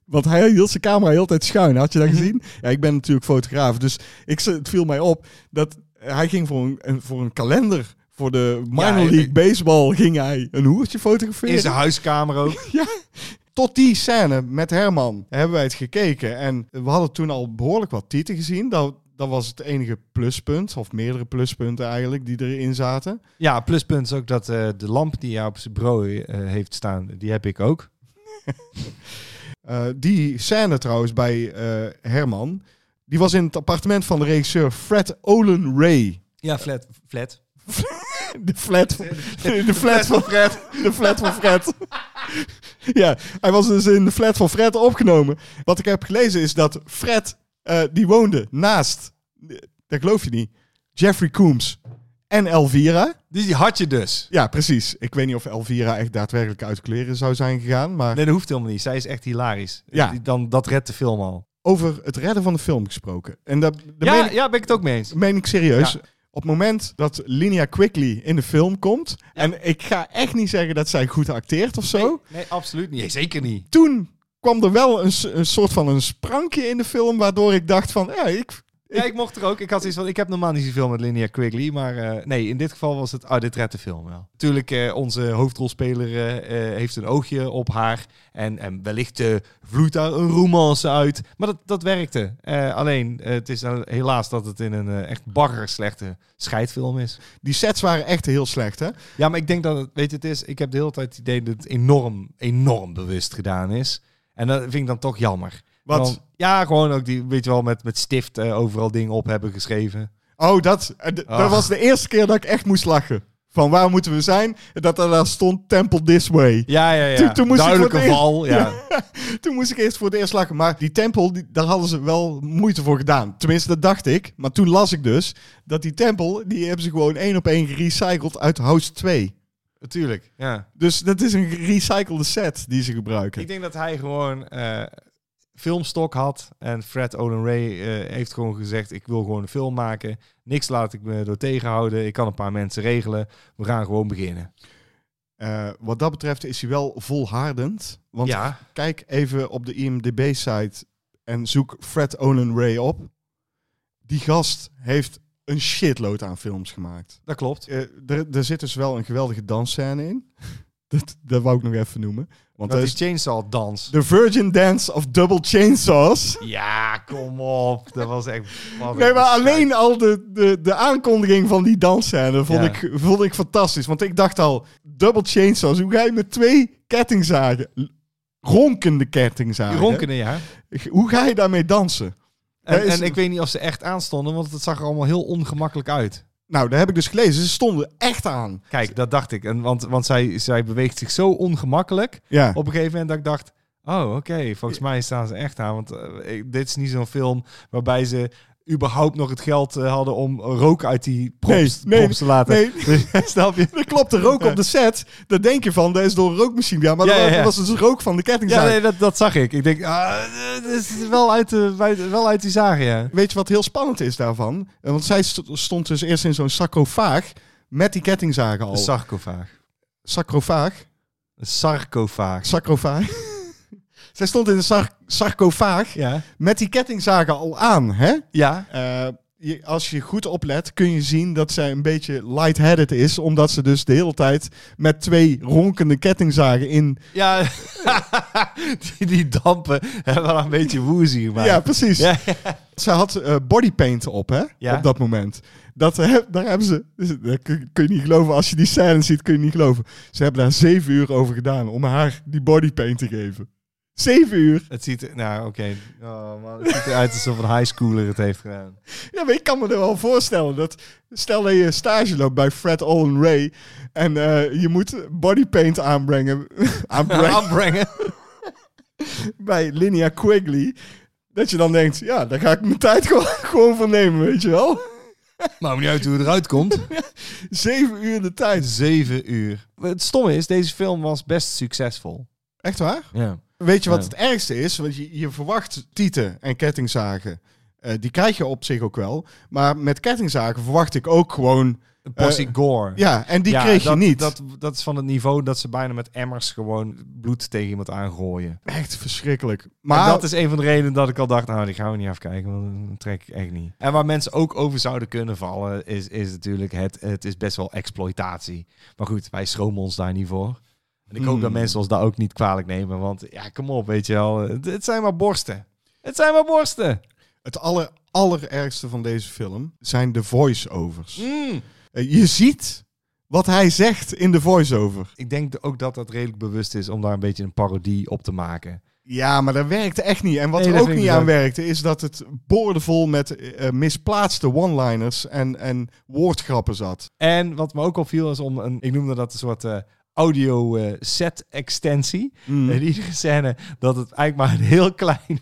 B: Want hij hield zijn camera heel de tijd schuin, had je
A: Mhm.
B: dat gezien? Ja, ik ben natuurlijk fotograaf, dus ik, z- het viel mij op dat hij ging voor een, een- voor een kalender... Voor de minor
A: Ja,
B: league baseball ging hij een hoertje fotograferen.
A: In zijn huiskamer ook.
B: Ja. Tot die scène met Herman hebben wij het gekeken. En we hadden toen al behoorlijk wat tieten gezien. Dat, dat was het enige pluspunt, of meerdere pluspunten eigenlijk, die erin zaten.
A: Ja, pluspunt is ook dat eh, de lamp die hij op zijn bureau eh, heeft staan, die heb ik ook.
B: Eh, die scène trouwens bij eh, Herman, die was in het appartement van de regisseur Fred Olen Ray.
A: Ja, flat. flat.
B: De flat, van- de flat van Fred. De flat van Fred. Ja, hij was dus in de flat van Fred opgenomen. Wat ik heb gelezen is dat Fred, eh, die woonde naast, eh, dat geloof je niet, Jeffrey Coombs en Elvira.
A: Die had je dus.
B: Ja, precies. Ik weet niet of Elvira echt daadwerkelijk uit kleren zou zijn gegaan, maar...
A: Nee, dat hoeft helemaal niet. Zij is echt hilarisch.
B: Ja.
A: Die- Dan, dat redt de film al.
B: Over het redden van de film gesproken. En dat, dat meen
A: Ja,
B: ik-
A: ja, ben ik het ook mee eens.
B: Dat meen ik serieus.
A: Ja.
B: Op het moment dat Linia Quickly in de film komt... en ik ga echt niet zeggen dat zij goed acteert of zo...
A: Nee, absoluut niet. Nee, zeker niet.
B: toen kwam er wel een, s- een soort van een sprankje in de film... waardoor ik dacht van, ja, ik,
A: Ja, ik mocht er ook. Ik had zoiets van, ik heb normaal niet zoveel met Linnea Quigley. Maar eh, nee, in dit geval was het, ah, dit redt de film wel. Natuurlijk, eh, onze hoofdrolspeler eh, eh, heeft een oogje op haar. En, en wellicht eh, vloeit daar een romance uit. Maar dat, dat werkte. Eh, alleen, eh, het is nou helaas dat het in een eh, echt bagger slechte scheidfilm is.
B: Die sets waren echt heel slecht, hè?
A: Ja, maar ik denk dat het, weet je, het is, ik heb de hele tijd het idee dat het enorm, enorm bewust gedaan is. En dat vind ik dan toch jammer.
B: Wat?
A: Dan- ja, gewoon ook die, weet je wel, met, met stift eh, overal dingen op hebben geschreven.
B: Oh, dat, eh, d-
A: Ach.
B: dat was de eerste keer dat ik echt moest lachen. Van waar moeten we zijn? En dat er daar stond Temple This Way.
A: Ja, ja, ja.
B: Toen- toen moest ik
A: Duidelijke
B: voor het eerst-
A: val, ja.
B: Toen moest ik eerst voor het eerst lachen. Maar die tempel, die, daar hadden ze wel moeite voor gedaan. Tenminste, dat dacht ik. Maar toen las ik dus dat die tempel, die hebben ze gewoon één op één gerecycled uit House 2.
A: Natuurlijk, ja.
B: Dus dat is een gerecyclede set die ze gebruiken.
A: Ik denk dat hij gewoon eh, filmstok had. En Fred Olen Ray eh, heeft gewoon gezegd: Ik wil gewoon een film maken. Niks laat ik me door tegenhouden. Ik kan een paar mensen regelen. We gaan gewoon beginnen.
B: Eh, wat dat betreft is hij wel volhardend. Want
A: ja,
B: kijk even op de IMDb-site en zoek Fred Olen Ray op. Die gast heeft een shitload aan films gemaakt.
A: dat klopt.
B: Eh, er, er zit dus wel een geweldige dansscène in. dat, dat wou ik nog even noemen. Want dat
A: Dat
B: is
A: is Chainsaw Dans.
B: The Virgin Dance of Double Chainsaws.
A: Ja, kom op. Dat was echt. wat een
B: Nee, maar
A: beschrijving.
B: alleen al de, de, de aankondiging van die dansscène vond,
A: Ja.
B: ik, vond ik fantastisch. Want ik dacht al, Double Chainsaws, hoe ga je met twee kettingzagen, l- ronkende kettingzagen,
A: Die ronkende, ja.
B: hoe ga je daarmee dansen?
A: En,
B: Er is-
A: en ik weet niet of ze echt aanstonden, want het zag er allemaal heel ongemakkelijk uit.
B: Nou, daar heb ik dus gelezen, ze stonden echt aan.
A: Kijk, dat dacht ik. En, want want zij, zij beweegt zich zo ongemakkelijk.
B: Ja.
A: op een gegeven moment dat ik dacht... Oh, oké, volgens mij staan ze echt aan. Want eh, ik- dit is niet zo'n film waarbij ze überhaupt nog het geld eh, hadden om rook uit die props,
B: Nee, nee,
A: props te laten.
B: nee.
A: Snap je?
B: Er klopte rook op de set. Daar denk je van, dat is door een rookmachine. Ja, maar
A: Ja,
B: dat
A: ja, ja.
B: was dus rook van de kettingzaag.
A: Ja, nee, dat, dat zag ik. Ik denk, ah, dit is wel uit, de, buiten- wel uit die zagen, ja.
B: Weet je wat heel spannend is daarvan? Eh, Want zij st- stond dus eerst in zo'n sarcofaag met die kettingzagen al.
A: Een sarcofaag.
B: sarcofaag?
A: Een sarcofaag.
B: Sarcofaag? zij stond in een sar- sarcofaag
A: Ja.
B: met die kettingzagen al aan, hè?
A: Ja.
B: Eh, je- als je goed oplet, kun je zien dat zij een beetje lightheaded is. Omdat ze dus de hele tijd met twee ronkende kettingzagen in...
A: Ja. die, die dampen hebben wel een beetje woozy gemaakt.
B: Ja, precies.
A: Ja.
B: Ze had eh, bodypaint op, hè?
A: Ja.
B: Op dat moment. Dat, eh, daar hebben ze... dus, dat kun, kun je niet geloven. Als je die scène ziet, kun je niet geloven. Ze hebben daar zeven uur over gedaan om haar die bodypaint te geven. Zeven uur.
A: Het ziet er... Nou, oké. Oh, man, het ziet eruit alsof een highschooler het heeft gedaan.
B: Ja, maar ik kan me er wel voorstellen dat... Stel dat je stage loopt bij Fred Olen Ray... en eh, je moet bodypaint aanbrengen... aanbrengen
A: Aanbrengen.
B: bij Linia Quigley... dat je dan denkt... ja, daar ga ik mijn tijd gewoon, gewoon voor nemen, weet je wel?
A: Maakt me niet uit hoe het eruit komt.
B: Zeven uur de tijd.
A: Zeven uur. Het stomme is, deze film was best succesvol.
B: Echt waar?
A: Ja.
B: Weet je wat
A: Ja.
B: het ergste is? Want je, je verwacht tieten en kettingzagen. Eh, die krijg je op zich ook wel. Maar met kettingzagen verwacht ik ook gewoon...
A: Een portie
B: Eh,
A: gore.
B: Ja, en die
A: Ja,
B: kreeg
A: dat,
B: je niet.
A: Dat, dat is van het niveau dat ze bijna met emmers gewoon bloed tegen iemand aangooien.
B: Echt verschrikkelijk.
A: Maar
B: Maar
A: dat is een van de redenen dat ik al dacht, nou die gaan we niet afkijken, want dat trek ik echt niet. En waar mensen ook over zouden kunnen vallen, is, is natuurlijk het, het is best wel exploitatie. Maar goed, wij schromen ons daar niet voor. En ik hoop
B: Hmm.
A: dat mensen ons daar ook niet kwalijk nemen, want ja, kom op, weet je wel, het, het zijn maar borsten. Het zijn maar borsten.
B: het aller, allerergste van deze film zijn de voice-overs. Eh, je ziet wat hij zegt in de voice-over.
A: Ik denk ook dat dat redelijk bewust is om daar een beetje een parodie op te maken.
B: Ja, maar dat werkt echt niet. En wat
A: Nee,
B: er
A: dat
B: ook
A: vind ik
B: niet
A: dus
B: aan
A: ook.
B: werkte, is dat het boordevol met eh, misplaatste one-liners en, en woordgrappen zat.
A: En wat me ook opviel is om een, ik noemde dat een soort eh, audio eh, set extensie.
B: Mm.
A: In iedere scène dat het eigenlijk maar een heel klein,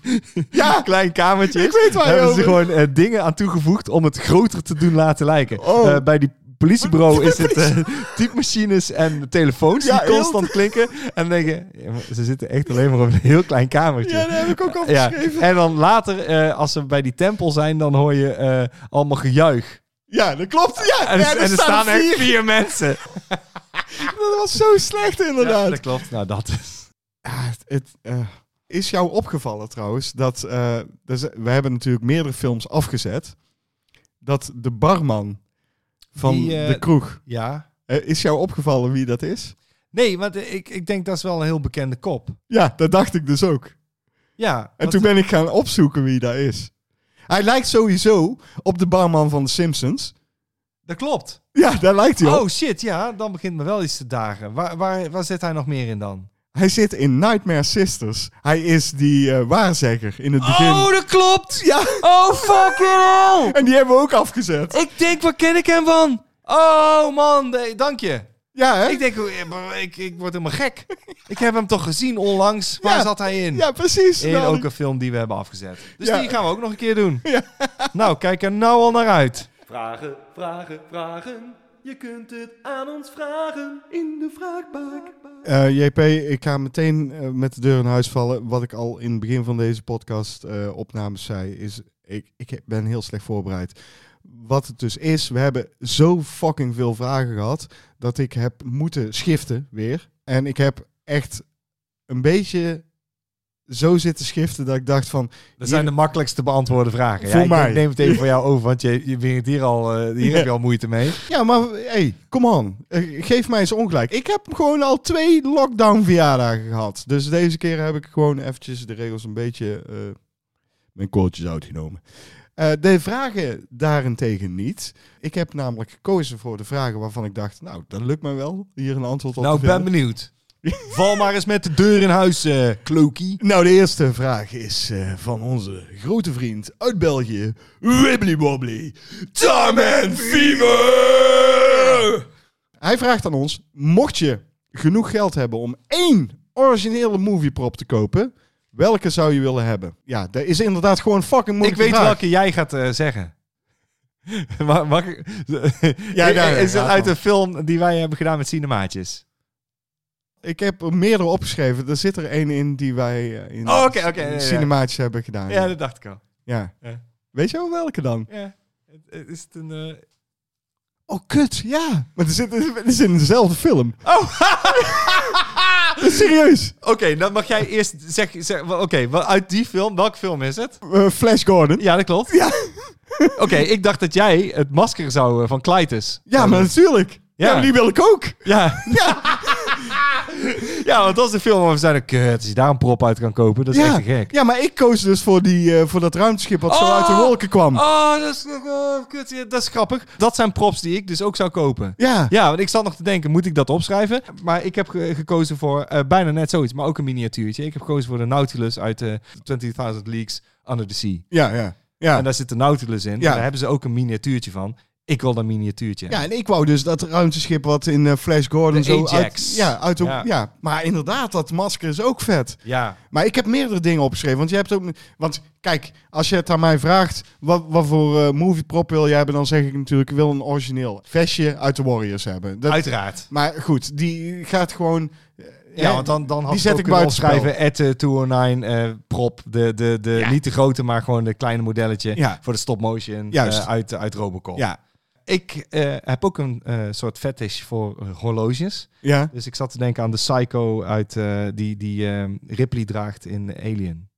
B: Ja!
A: klein kamertje is.
B: Ik weet waar je
A: Daar hebben ze
B: over-
A: gewoon eh, dingen aan toegevoegd om het groter te doen laten lijken.
B: Oh.
A: Eh, bij die politiebureau is het eh typemachines en telefoons
B: Ja,
A: die
B: heel-
A: constant klinken. En dan denk je, ja, maar ze zitten echt alleen maar op een heel klein kamertje.
B: Ja, daar heb ik ook
A: Ja,
B: opgeschreven.
A: en dan later, eh, als ze bij die tempel zijn, dan hoor je eh, allemaal gejuich.
B: Ja, dat klopt. Ja,
A: En,
B: ja,
A: er, en
B: er
A: er
B: staan
A: staan
B: er
A: echt
B: vier.
A: vier mensen.
B: Dat was zo slecht inderdaad.
A: dat klopt. Nou, dat is...
B: Ah, het, het, eh, is jou opgevallen trouwens dat... eh, dus, we hebben natuurlijk meerdere films afgezet. dat de barman van
A: Die, eh,
B: de kroeg...
A: Ja.
B: Eh, is jou opgevallen wie dat is?
A: Nee, want ik, ik denk dat is wel een heel bekende kop.
B: Ja, dat dacht ik dus ook.
A: Ja.
B: En
A: want-
B: toen ben ik gaan opzoeken wie dat is. Hij lijkt sowieso op de barman van de Simpsons.
A: Dat klopt.
B: Ja, daar lijkt hij op.
A: Oh shit, ja. Dan begint me wel iets te dagen. Waar, waar, waar zit hij nog meer in dan?
B: Hij zit in Nightmare Sisters. Hij is die eh, waarzegger
A: Oh.
B: in het begin.
A: dat klopt!
B: Ja,
A: Oh, fucking hell!
B: en die hebben we ook afgezet.
A: Ik denk, waar ken ik hem van? Oh man, nee, dank je.
B: Ja, hè?
A: Ik denk, ik, ik word helemaal gek. Ik heb hem toch gezien onlangs. Waar
B: Ja.
A: zat hij in?
B: Ja, precies.
A: In
B: Nou,
A: ook een film die we hebben afgezet. Dus
B: Ja.
A: die gaan we ook nog een keer doen. Nou, kijk er nou al naar uit.
H: Vragen, vragen, vragen. Je kunt het aan ons vragen in de vraagbak.
B: eh, JP, ik ga meteen eh, met de deur in huis vallen. Wat ik al in het begin van deze podcast eh, opnames zei, is ik, ik ben heel slecht voorbereid. Wat het dus is, we hebben zo fucking veel vragen gehad dat ik heb moeten schiften weer. En ik heb echt een beetje zo zitten schiften dat ik dacht van...
A: Dat zijn de makkelijkst te beantwoorden vragen. Ja,
B: Voor
A: ik
B: mij.
A: neem het even voor jou over, want je, je begint hier al, eh, hier
B: Ja.
A: heb je al moeite mee.
B: Ja, maar hey, come on. Eh, Geef mij eens ongelijk. Ik heb gewoon al twee lockdown verjaardagen gehad. Dus deze keer heb ik gewoon eventjes de regels een beetje eh, mijn kooltjes uitgenomen. Eh, de vragen daarentegen niet. Ik heb namelijk gekozen voor de vragen waarvan ik dacht, nou, dat lukt me wel. Hier een antwoord op
A: Nou, ik
B: te
A: ben
B: vinden.
A: benieuwd. Val maar eens met de deur in huis, eh Kloki.
B: Nou, de eerste vraag is eh, van onze grote vriend uit België, Wibbly Wobbly, Tom and Fever! Hij vraagt aan ons, mocht je genoeg geld hebben om één originele movieprop te kopen, welke zou je willen hebben? Ja, dat is inderdaad gewoon fucking
A: Ik
B: moeilijke
A: weet
B: vraag.
A: welke jij gaat eh, zeggen. Mag, mag ik-
B: Ja, daar,
A: is dat
B: ja,
A: uit
B: man.
A: een film die wij hebben gedaan met cinemaatjes?
B: Ik heb er meerdere opgeschreven. Er zit er één in die wij eh, in
A: Oh, oké, oké, ja, ja.
B: cinemaatjes hebben gedaan.
A: Ja, dat dacht ik al.
B: Ja.
A: Ja.
B: Weet je wel welke dan?
A: Ja. Is het een... eh,
B: Oh, kut, ja. Maar het zit, het is in dezelfde film. Eh,
A: Oh!
B: Serieus.
A: Oké, dan mag jij eerst zeggen... Zeg, Oké, wel, uit die film, welke film is het?
B: Eh, Flash Gordon.
A: Ja, dat klopt.
B: Ja,
A: Oké, ik dacht dat jij het masker zou eh, van Clytus.
B: ja maar natuurlijk. Ja.
A: Ja.
B: maar die wil ik ook.
A: Ja. ja, want dat is de film waar we zeiden... Kut, als je daar een prop uit kan kopen, dat is echt
B: Ja.
A: te gek.
B: ja, maar ik koos dus voor, die, eh, voor dat ruimteschip wat zo
A: Oh.
B: uit de wolken kwam.
A: Oh, dat is, oh, kut, ja, dat is grappig. Dat zijn props die ik dus ook zou kopen.
B: Ja.
A: Ja, want ik zat nog te denken, moet ik dat opschrijven? Maar ik heb ge- gekozen voor eh, bijna net zoiets, maar ook een miniatuurtje. Ik heb gekozen voor de Nautilus uit eh 20.000 Leagues Under the Sea.
B: ja, ja. Ja.
A: En daar zit de Nautilus in.
B: Ja.
A: Daar hebben ze ook een miniatuurtje van. Ik wil dat miniatuurtje.
B: ja, en ik wou dus dat ruimteschip wat in eh, Flash Gordon
A: De
B: zo uit...
A: Ajax.
B: Ja, uit de, ja.
A: Ja.
B: maar inderdaad, dat masker is ook vet.
A: Ja.
B: Maar ik heb meerdere dingen opgeschreven. Want, je hebt ook, want kijk, als je het aan mij vraagt, wat, wat voor eh, movieprop wil jij hebben, dan zeg ik natuurlijk, ik wil een origineel vestje uit de Warriors hebben. Dat,
A: Uiteraard.
B: Maar goed, die gaat gewoon. eh,
A: Ja,
B: hè,
A: want dan, dan had
B: die
A: ik
B: zet
A: ook
B: ik
A: kunnen
B: buitenspel.
A: opschrijven. At eh, 209 eh, prop. De, de, de, Niet de grote, maar gewoon de kleine modelletje.
B: Ja.
A: Voor de stop motion
B: Juist.
A: eh, uit, uit Robocop.
B: Ja,
A: Ik eh, heb ook een eh, soort fetish voor eh, horloges.
B: ja.
A: Dus ik zat te denken aan de psycho uit, eh, die, die ehm, Ripley draagt in Alien.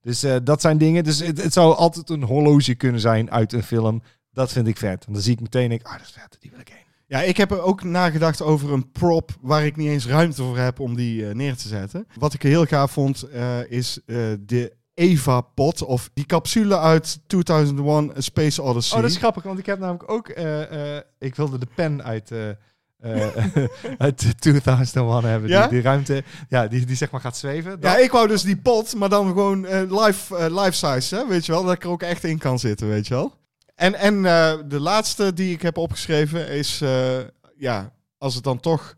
A: Dus eh, dat zijn dingen. Dus het, het zou altijd een horloge kunnen zijn uit een film. Dat vind ik vet. Want dan zie ik meteen, denk, ik, ah, dat is vet, die wil ik heen.
B: ja, ik heb er ook nagedacht over een prop waar ik niet eens ruimte voor heb om die eh, neer te zetten. Wat ik heel gaaf vond, eh, is eh, de Eva-pot of die capsule uit 2001 A Space Odyssey.
A: Oh, dat is grappig, want ik heb namelijk ook... eh, eh, ik wilde de pen uit, eh eh uit 2001 hebben.
B: Ja?
A: Die, die ruimte, ja, die, die zeg maar gaat zweven. Dat-
B: ja, ik wou dus die pot, maar dan gewoon eh, life, eh, life size, hè, weet je wel. Dat ik er ook echt in kan zitten, weet je wel. En, en eh, de laatste die ik heb opgeschreven is, eh, ja, als het dan toch...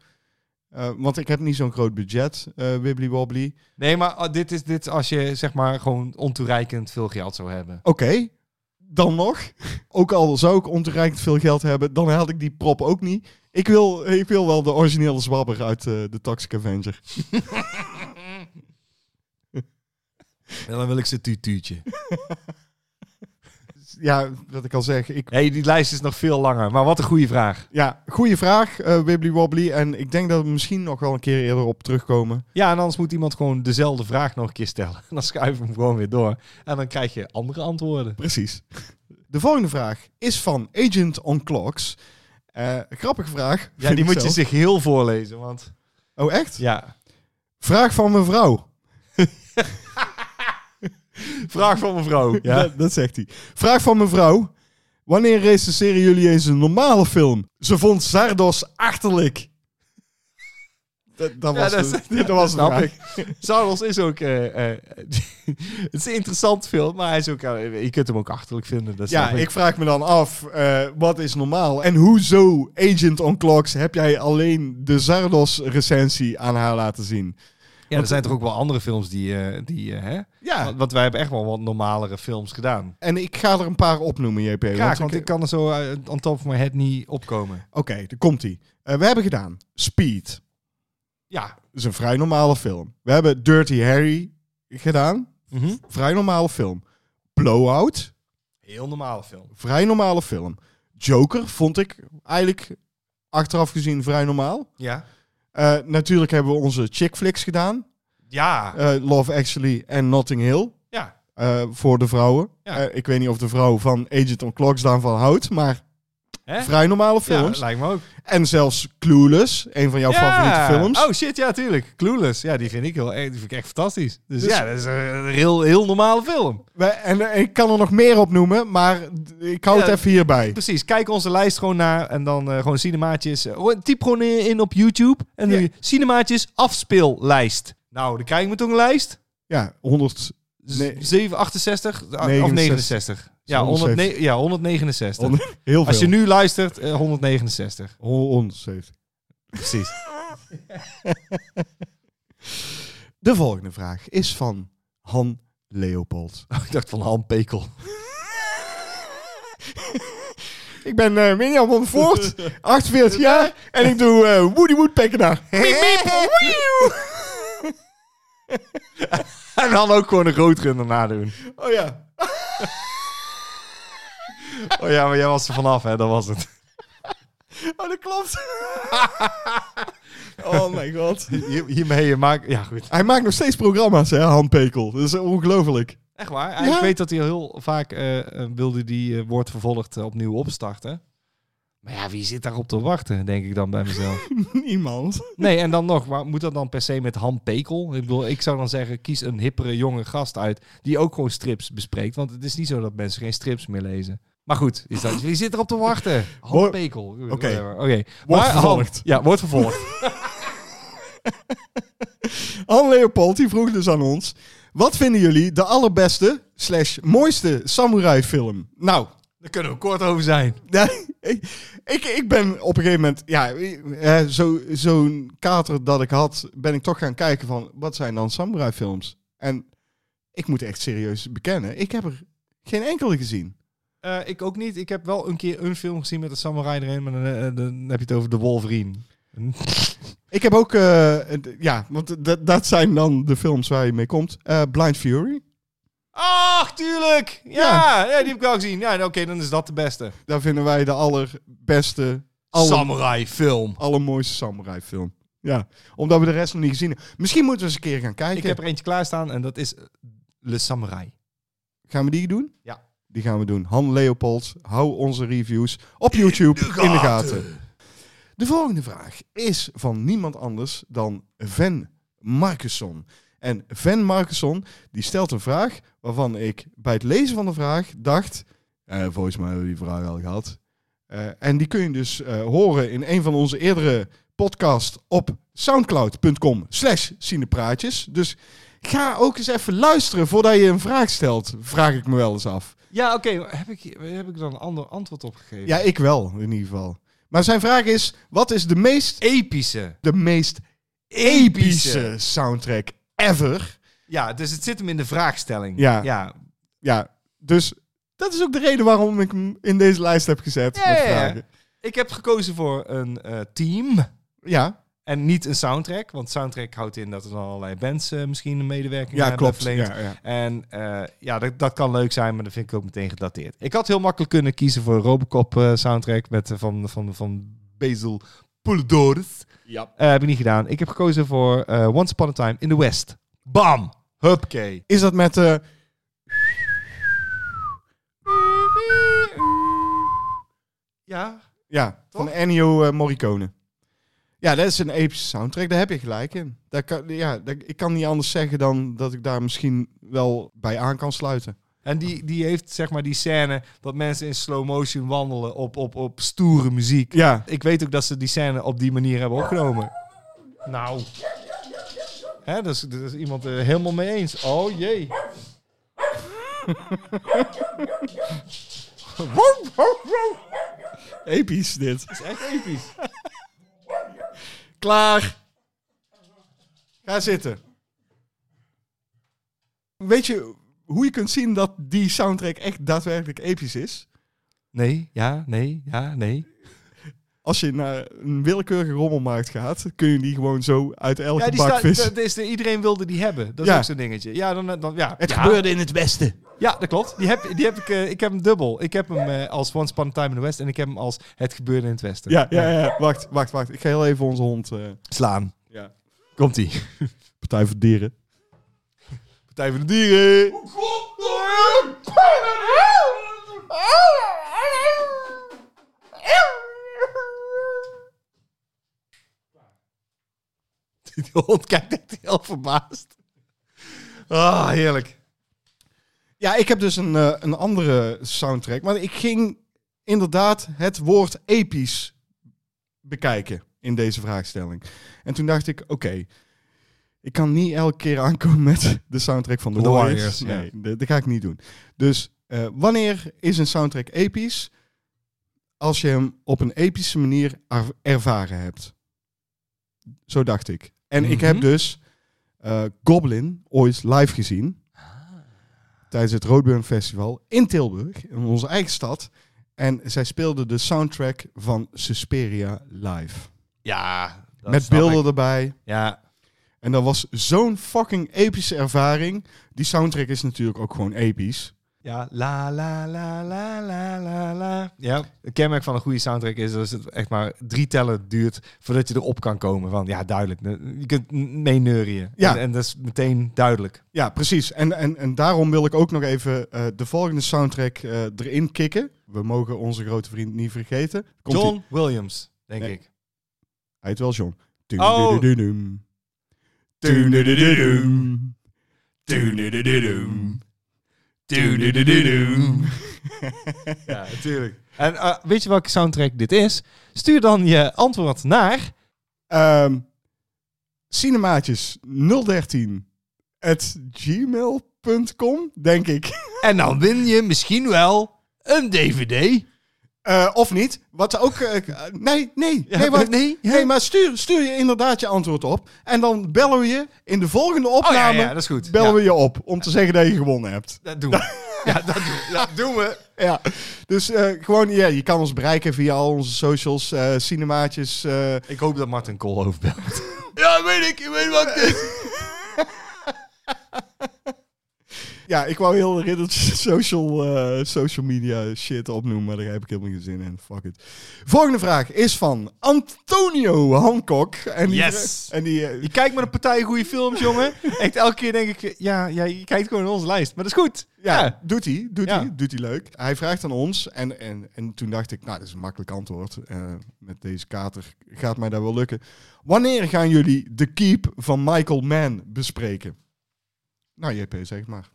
B: eh, want ik heb niet zo'n groot budget, eh wibbly wobbly.
A: Nee, maar ah, dit is dit is als je zeg maar gewoon ontoereikend veel geld zou hebben.
B: Oké, dan nog. Ook al zou ik ontereikend veel geld hebben, dan had ik die prop ook niet. Ik wil, ik wil wel de originele zwabber uit eh, de Toxic Avenger.
A: En dan wil ik ze tutuutje.
B: Ja, wat ik al zeg, ik
A: Hey, die lijst is nog veel langer, maar wat een goede vraag.
B: Ja, goede vraag, eh Wibbly Wobbly. En ik denk dat we misschien nog wel een keer eerder op terugkomen.
A: Ja, en anders moet iemand gewoon dezelfde vraag nog een keer stellen. En dan schuiven we hem gewoon weer door. En dan krijg je andere antwoorden.
B: Precies. De volgende vraag is van Agent on Clocks. Eh, grappige vraag.
A: Ja,
B: vind
A: die
B: ik
A: moet je
B: zelf.
A: zich heel voorlezen, want...
B: Oh, echt?
A: Ja.
B: Vraag van mevrouw.
A: Vraag van mevrouw.
B: Ja, dat, dat zegt hij. Vraag van mevrouw. Wanneer recenseren jullie eens een normale film? Ze vond Zardos achterlijk. Dat, dat was,
A: dat
B: de-
A: is-
B: dat,
A: ja,
B: was
A: dat
B: de
A: snap
B: vraag.
A: Sauros is ook... eh, eh, het is een interessant film, maar hij is ook... eh, je kunt hem ook achterlijk vinden. Dat
B: Ja,
A: snap
B: ik vraag me dan af, eh, wat is normaal? En hoezo, Agent on Clocks, heb jij alleen de Zardos-recensie aan haar laten zien?
A: Ja, er zijn toch ook wel andere films die... eh, die eh, hè?
B: Ja.
A: Want, want wij hebben echt wel wat normalere films gedaan.
B: En ik ga er een paar opnoemen, JP.
A: Graag, want ik kan er zo eh, on top of my head niet opkomen.
B: Oké, daar komt-ie. Eh, we hebben gedaan Speed.
A: Ja.
B: is een vrij normale film. We hebben Dirty Harry gedaan.
A: Mhm.
B: Vrij normale film. Blowout.
A: Heel normale film.
B: Vrij normale film. Joker vond ik eigenlijk achteraf gezien vrij normaal.
A: Ja.
B: Eh, natuurlijk hebben we onze chick flicks gedaan.
A: Ja.
B: Eh, Love Actually en Notting Hill.
A: ja.
B: eh, voor de vrouwen.
A: Ja.
B: Eh, ik weet niet of de vrouw van Agent on Clocks daarvan houdt. Maar
A: Hè?
B: vrij normale films.
A: Ja, lijkt me ook.
B: en zelfs Clueless. Een van jouw favoriete films.
A: Oh shit, ja, tuurlijk. Clueless. Ja, die vind ik, heel, die vind ik echt fantastisch. Dus,
B: Dus-
A: ja, dat is een heel, heel normale film.
B: We- en, eh, ik kan er nog meer op noemen. Maar d- ik hou
A: Ja.
B: het even hierbij.
A: Precies, kijk onze lijst gewoon naar en dan eh, gewoon cinemaatjes. Eh, gewoon- typ gewoon in, in op YouTube en dan
B: Ja.
A: cinemaatjes afspeellijst. Nou, dan krijg ik me toch een lijst?
B: Ja, 100,
A: Z-
B: Nee.
A: 768 ah, of
B: 69.
A: 69? Ja, 100, ja 169.
B: Hond- heel veel.
A: Als je nu luistert, eh, 169.
B: Hon- 170.
A: Precies.
B: De volgende vraag is van Han Leopold.
A: ik dacht van Han Pekel.
B: Ik ben eh Mirjam van Voort, 48 jaar en ik doe eh, Woody Woodpecker na.
A: en dan ook gewoon een roodrunner nadoen.
B: Oh ja.
A: Oh ja, maar jij was er vanaf, hè? Dat was het.
B: Oh, dat klopt. oh mijn god.
A: Hier- Hiermee je maakt... Ja, goed.
B: Hij maakt nog steeds programma's, hè, Han Pekel. Dat is ongelooflijk.
A: Echt waar?
B: Ja.
A: Ik weet dat hij heel vaak eh, eh, wilde die eh, wordt vervolgd eh, opnieuw opstarten. Maar ja, wie zit daarop te wachten, denk ik dan bij mezelf.
B: Niemand.
A: Nee, en dan nog, maar moet dat dan per se met Han Pekel? Ik bedoel, ik zou dan zeggen, kies een hippere jonge gast uit die ook gewoon strips bespreekt. Want het is niet zo dat mensen geen strips meer lezen. Maar goed, is dat, wie zit erop te wachten? Han
B: Hoor-
A: Pekel. Oké.
B: Oké.
A: Oké.
B: Wordt
A: Maar Han-
B: vervolgd.
A: ja, wordt vervolgd.
B: Han Leopold die vroeg dus aan ons: wat vinden jullie de allerbeste slash mooiste samurai film? Nou,
A: Daar kunnen we kort over zijn.
B: Ja, ik, ik- ik ben op een gegeven moment, ja, eh, zo- zo'n kater dat ik had, ben ik toch gaan kijken van wat zijn dan samurai films? En ik moet echt serieus bekennen, ik heb er geen enkele gezien.
A: Eh, ik ook niet. Ik heb wel een keer een film gezien met een samurai erin, maar dan, eh, dan heb je het over de Wolverine.
B: Ik heb ook, eh, d- ja, want dat- dat zijn dan de films waar je mee komt. Eh, Blind Fury,
A: Ach, tuurlijk! Ja, ja. die heb ik wel gezien. Ja, oké, dan is dat de beste.
B: daar vinden wij de allerbeste, aller,
A: Samurai film.
B: allermooiste samurai film. Ja, omdat we de rest nog niet gezien hebben. Misschien moeten we eens een keer gaan kijken.
A: Ik heb er eentje klaarstaan en dat is eh, Le Samurai.
B: Gaan we die doen?
A: Ja.
B: Die gaan we doen. Han Leopold, hou onze reviews op YouTube in de, gaten. De volgende vraag is van niemand anders dan Van Marcusson. En Van Marcusson die stelt een vraag waarvan ik bij het lezen van de vraag dacht... eh, volgens mij hebben we die vraag al gehad. Eh, en die kun je dus eh, horen in een van onze eerdere podcasts op soundcloud.com slash cinepraatjes. Dus ga ook eens even luisteren voordat je een vraag stelt, vraag ik me wel eens af.
A: Ja, oké. maar heb, ik, heb ik dan een ander antwoord op gegeven?
B: Ja, ik wel, in ieder geval. Maar zijn vraag is, wat is de meest,
A: Epische.
B: de meest epische soundtrack ever?
A: Ja, dus het zit hem in de vraagstelling.
B: Ja.
A: ja.
B: Ja, dus dat is ook de reden waarom ik hem in deze lijst heb gezet
A: Ja,
B: met
A: ja, ja.
B: vragen.
A: Ik heb gekozen voor een eh, team.
B: Ja,
A: En niet een soundtrack, want soundtrack houdt in dat er dan allerlei bands eh, misschien een medewerking
B: ja
A: hebben
B: klopt.
A: verleend.
B: Ja, ja.
A: En eh, ja, dat, dat kan leuk zijn, maar dat vind ik ook meteen gedateerd. Ik had heel makkelijk kunnen kiezen voor een Robocop eh, soundtrack met, eh, van, van, van Basil Polidorus.
B: Ja.
A: Eh, heb ik niet gedaan. Ik heb gekozen voor eh, Once Upon a Time in the West. Bam! Hupke.
B: Is dat met... eh, Ja. Ja, van Ennio eh, Morricone. Ja, dat is een epische soundtrack. Daar heb je gelijk in. Daar kan, ja, daar- ik kan niet anders zeggen dan dat ik daar misschien wel bij aan kan sluiten.
A: En die, die heeft zeg maar die scène dat mensen in slow motion wandelen op, op, op stoere muziek.
B: Ja.
A: Ik weet ook dat ze die scène op die manier hebben opgenomen. Nou. Hè, dus, dus is iemand er helemaal mee eens. Oh jee.
B: Episch dit.
A: Dat is echt episch.
B: Klaar. Ga zitten. Weet je hoe je kunt zien dat die soundtrack echt daadwerkelijk episch is?
A: Nee, ja, nee, ja, nee.
B: Als je naar een willekeurige rommelmarkt gaat, kun je die gewoon zo uit elke
A: Ja, die
B: bak
A: staat,
B: vissen.
A: dat is de, iedereen wilde die hebben. Dat is
B: Ja.
A: ook zo'n dingetje. Ja, dan, dan, ja.
B: Het
A: ja.
B: gebeurde in het westen.
A: Ja, dat klopt. Die heb, die heb ik, eh, ik heb hem dubbel. Ik heb hem eh, als Once Upon a Time in the West en ik heb hem als Het gebeurde in het Westen.
B: Ja, ja, ja. Wacht, wacht, wacht. Ik ga heel even onze hond... eh,
A: Slaan.
B: ja.
A: Komt-ie.
B: Partij voor Dieren.
A: Partij van de Dieren. Die hond kijkt echt heel verbaasd. Ah, heerlijk.
B: Ja, ik heb dus een, eh, een andere soundtrack. Maar ik ging inderdaad het woord episch bekijken in deze vraagstelling. En toen dacht ik, oké, ik kan niet elke keer aankomen met de soundtrack van The,
A: The
B: Warriors.
A: Warriors, ja.
B: Nee, dat, dat ga ik niet doen. Dus eh, wanneer is een soundtrack episch? Als je hem op een epische manier ar- ervaren hebt. Zo dacht ik. En ik heb
A: Mhm.
B: dus eh, Goblin ooit live gezien tijdens het Roadburn Festival in Tilburg, in onze eigen stad. En zij speelde de soundtrack van Susperia live.
A: Ja.
B: Met beelden erbij.
A: Ja.
B: En dat was zo'n fucking epische ervaring. Die soundtrack is natuurlijk ook gewoon episch.
A: Ja, la la la la la la la. Ja, het kenmerk van een goede soundtrack is dat het echt maar drie tellen duurt voordat je erop kan komen. Van ja, duidelijk. Je kunt meeneurien.
B: Ja.
A: En, en dat is meteen duidelijk.
B: Ja, precies. En, en, en daarom wil ik ook nog even eh, de volgende soundtrack eh, erin kicken. We mogen onze grote vriend niet vergeten. Komt
A: John Williams, denk
B: Nee.
A: ik.
B: Hij heet wel John.
A: Oh.
B: Dun-dun-dun-dun-dum. Dun-dun-dun-dun-dum. Dun-dun-dun-dun-dum. Dun-dun-dun-dun-dum.
A: Ja, natuurlijk. En eh, weet je welke soundtrack dit is? Stuur dan je antwoord naar.
B: Ehm, cinemaatjes 013 at gmail.com, denk ik.
A: En dan win je misschien wel een DVD.
B: Eh, of niet. Wat ook. eh, eh, nee, nee.
A: Ja,
B: nee, wat,
A: nee, ja.
B: nee, maar stuur, stuur je inderdaad je antwoord op. En dan bellen we je in de volgende opname.
A: Oh ja, dat is goed.
B: Bellen
A: Ja.
B: we je op om te zeggen dat je gewonnen hebt.
A: Dat doen we. ja, dat doen we. Dat doen we.
B: Ja, dus eh, gewoon, ja, je kan ons bereiken via al onze socials, eh, cinemaatjes. eh,
A: Ik hoop dat Martin Kool overbelt.
B: Ja, weet ik. Je weet wat het is. ja, ik wou heel de riddertje social, eh, social media shit opnoemen, maar daar heb ik helemaal geen zin in. Fuck it. Volgende vraag is van Antonio Hancock. En die,
A: Yes.
B: En die, eh,
A: Je kijkt maar een partij goede films, jongen. Echt elke keer denk ik, ja, ja, je kijkt gewoon naar onze lijst. Maar dat is goed.
B: ja, doet hij, doet
A: Ja.
B: hij, doet hij leuk. Hij vraagt aan ons en, en, en toen dacht ik, nou, dat is een makkelijk antwoord. Eh, met deze kater gaat mij dat wel lukken. Wanneer gaan jullie The Keep van Michael Mann bespreken? Nou, JP, zeg het maar.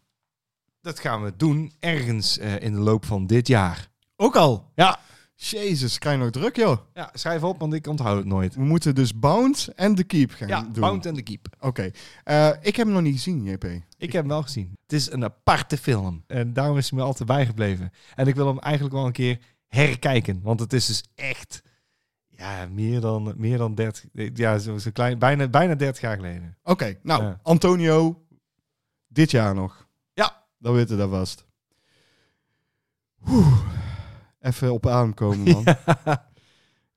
A: Dat gaan we doen ergens eh, in de loop van dit jaar.
B: Ook al?
A: Ja.
B: Jezus, krijg je nog druk, joh.
A: ja, schrijf op, want ik onthoud het nooit.
B: We moeten dus Bound en The Keep gaan
A: Ja,
B: doen.
A: Bound and the Keep.
B: Oké. Eh, ik heb hem nog niet gezien, JP.
A: Ik heb hem wel gezien. Het is een aparte film. En daarom is hij me altijd bijgebleven. En ik wil hem eigenlijk wel een keer herkijken. Want het is dus echt ja, meer, dan, meer dan 30. Ja, zo, zo klein, bijna, bijna 30 jaar geleden.
B: Oké, nou,
A: Ja.
B: Antonio, dit jaar nog.
A: Ja.
B: Dan weten we dat vast. Oeh, even op adem komen, man.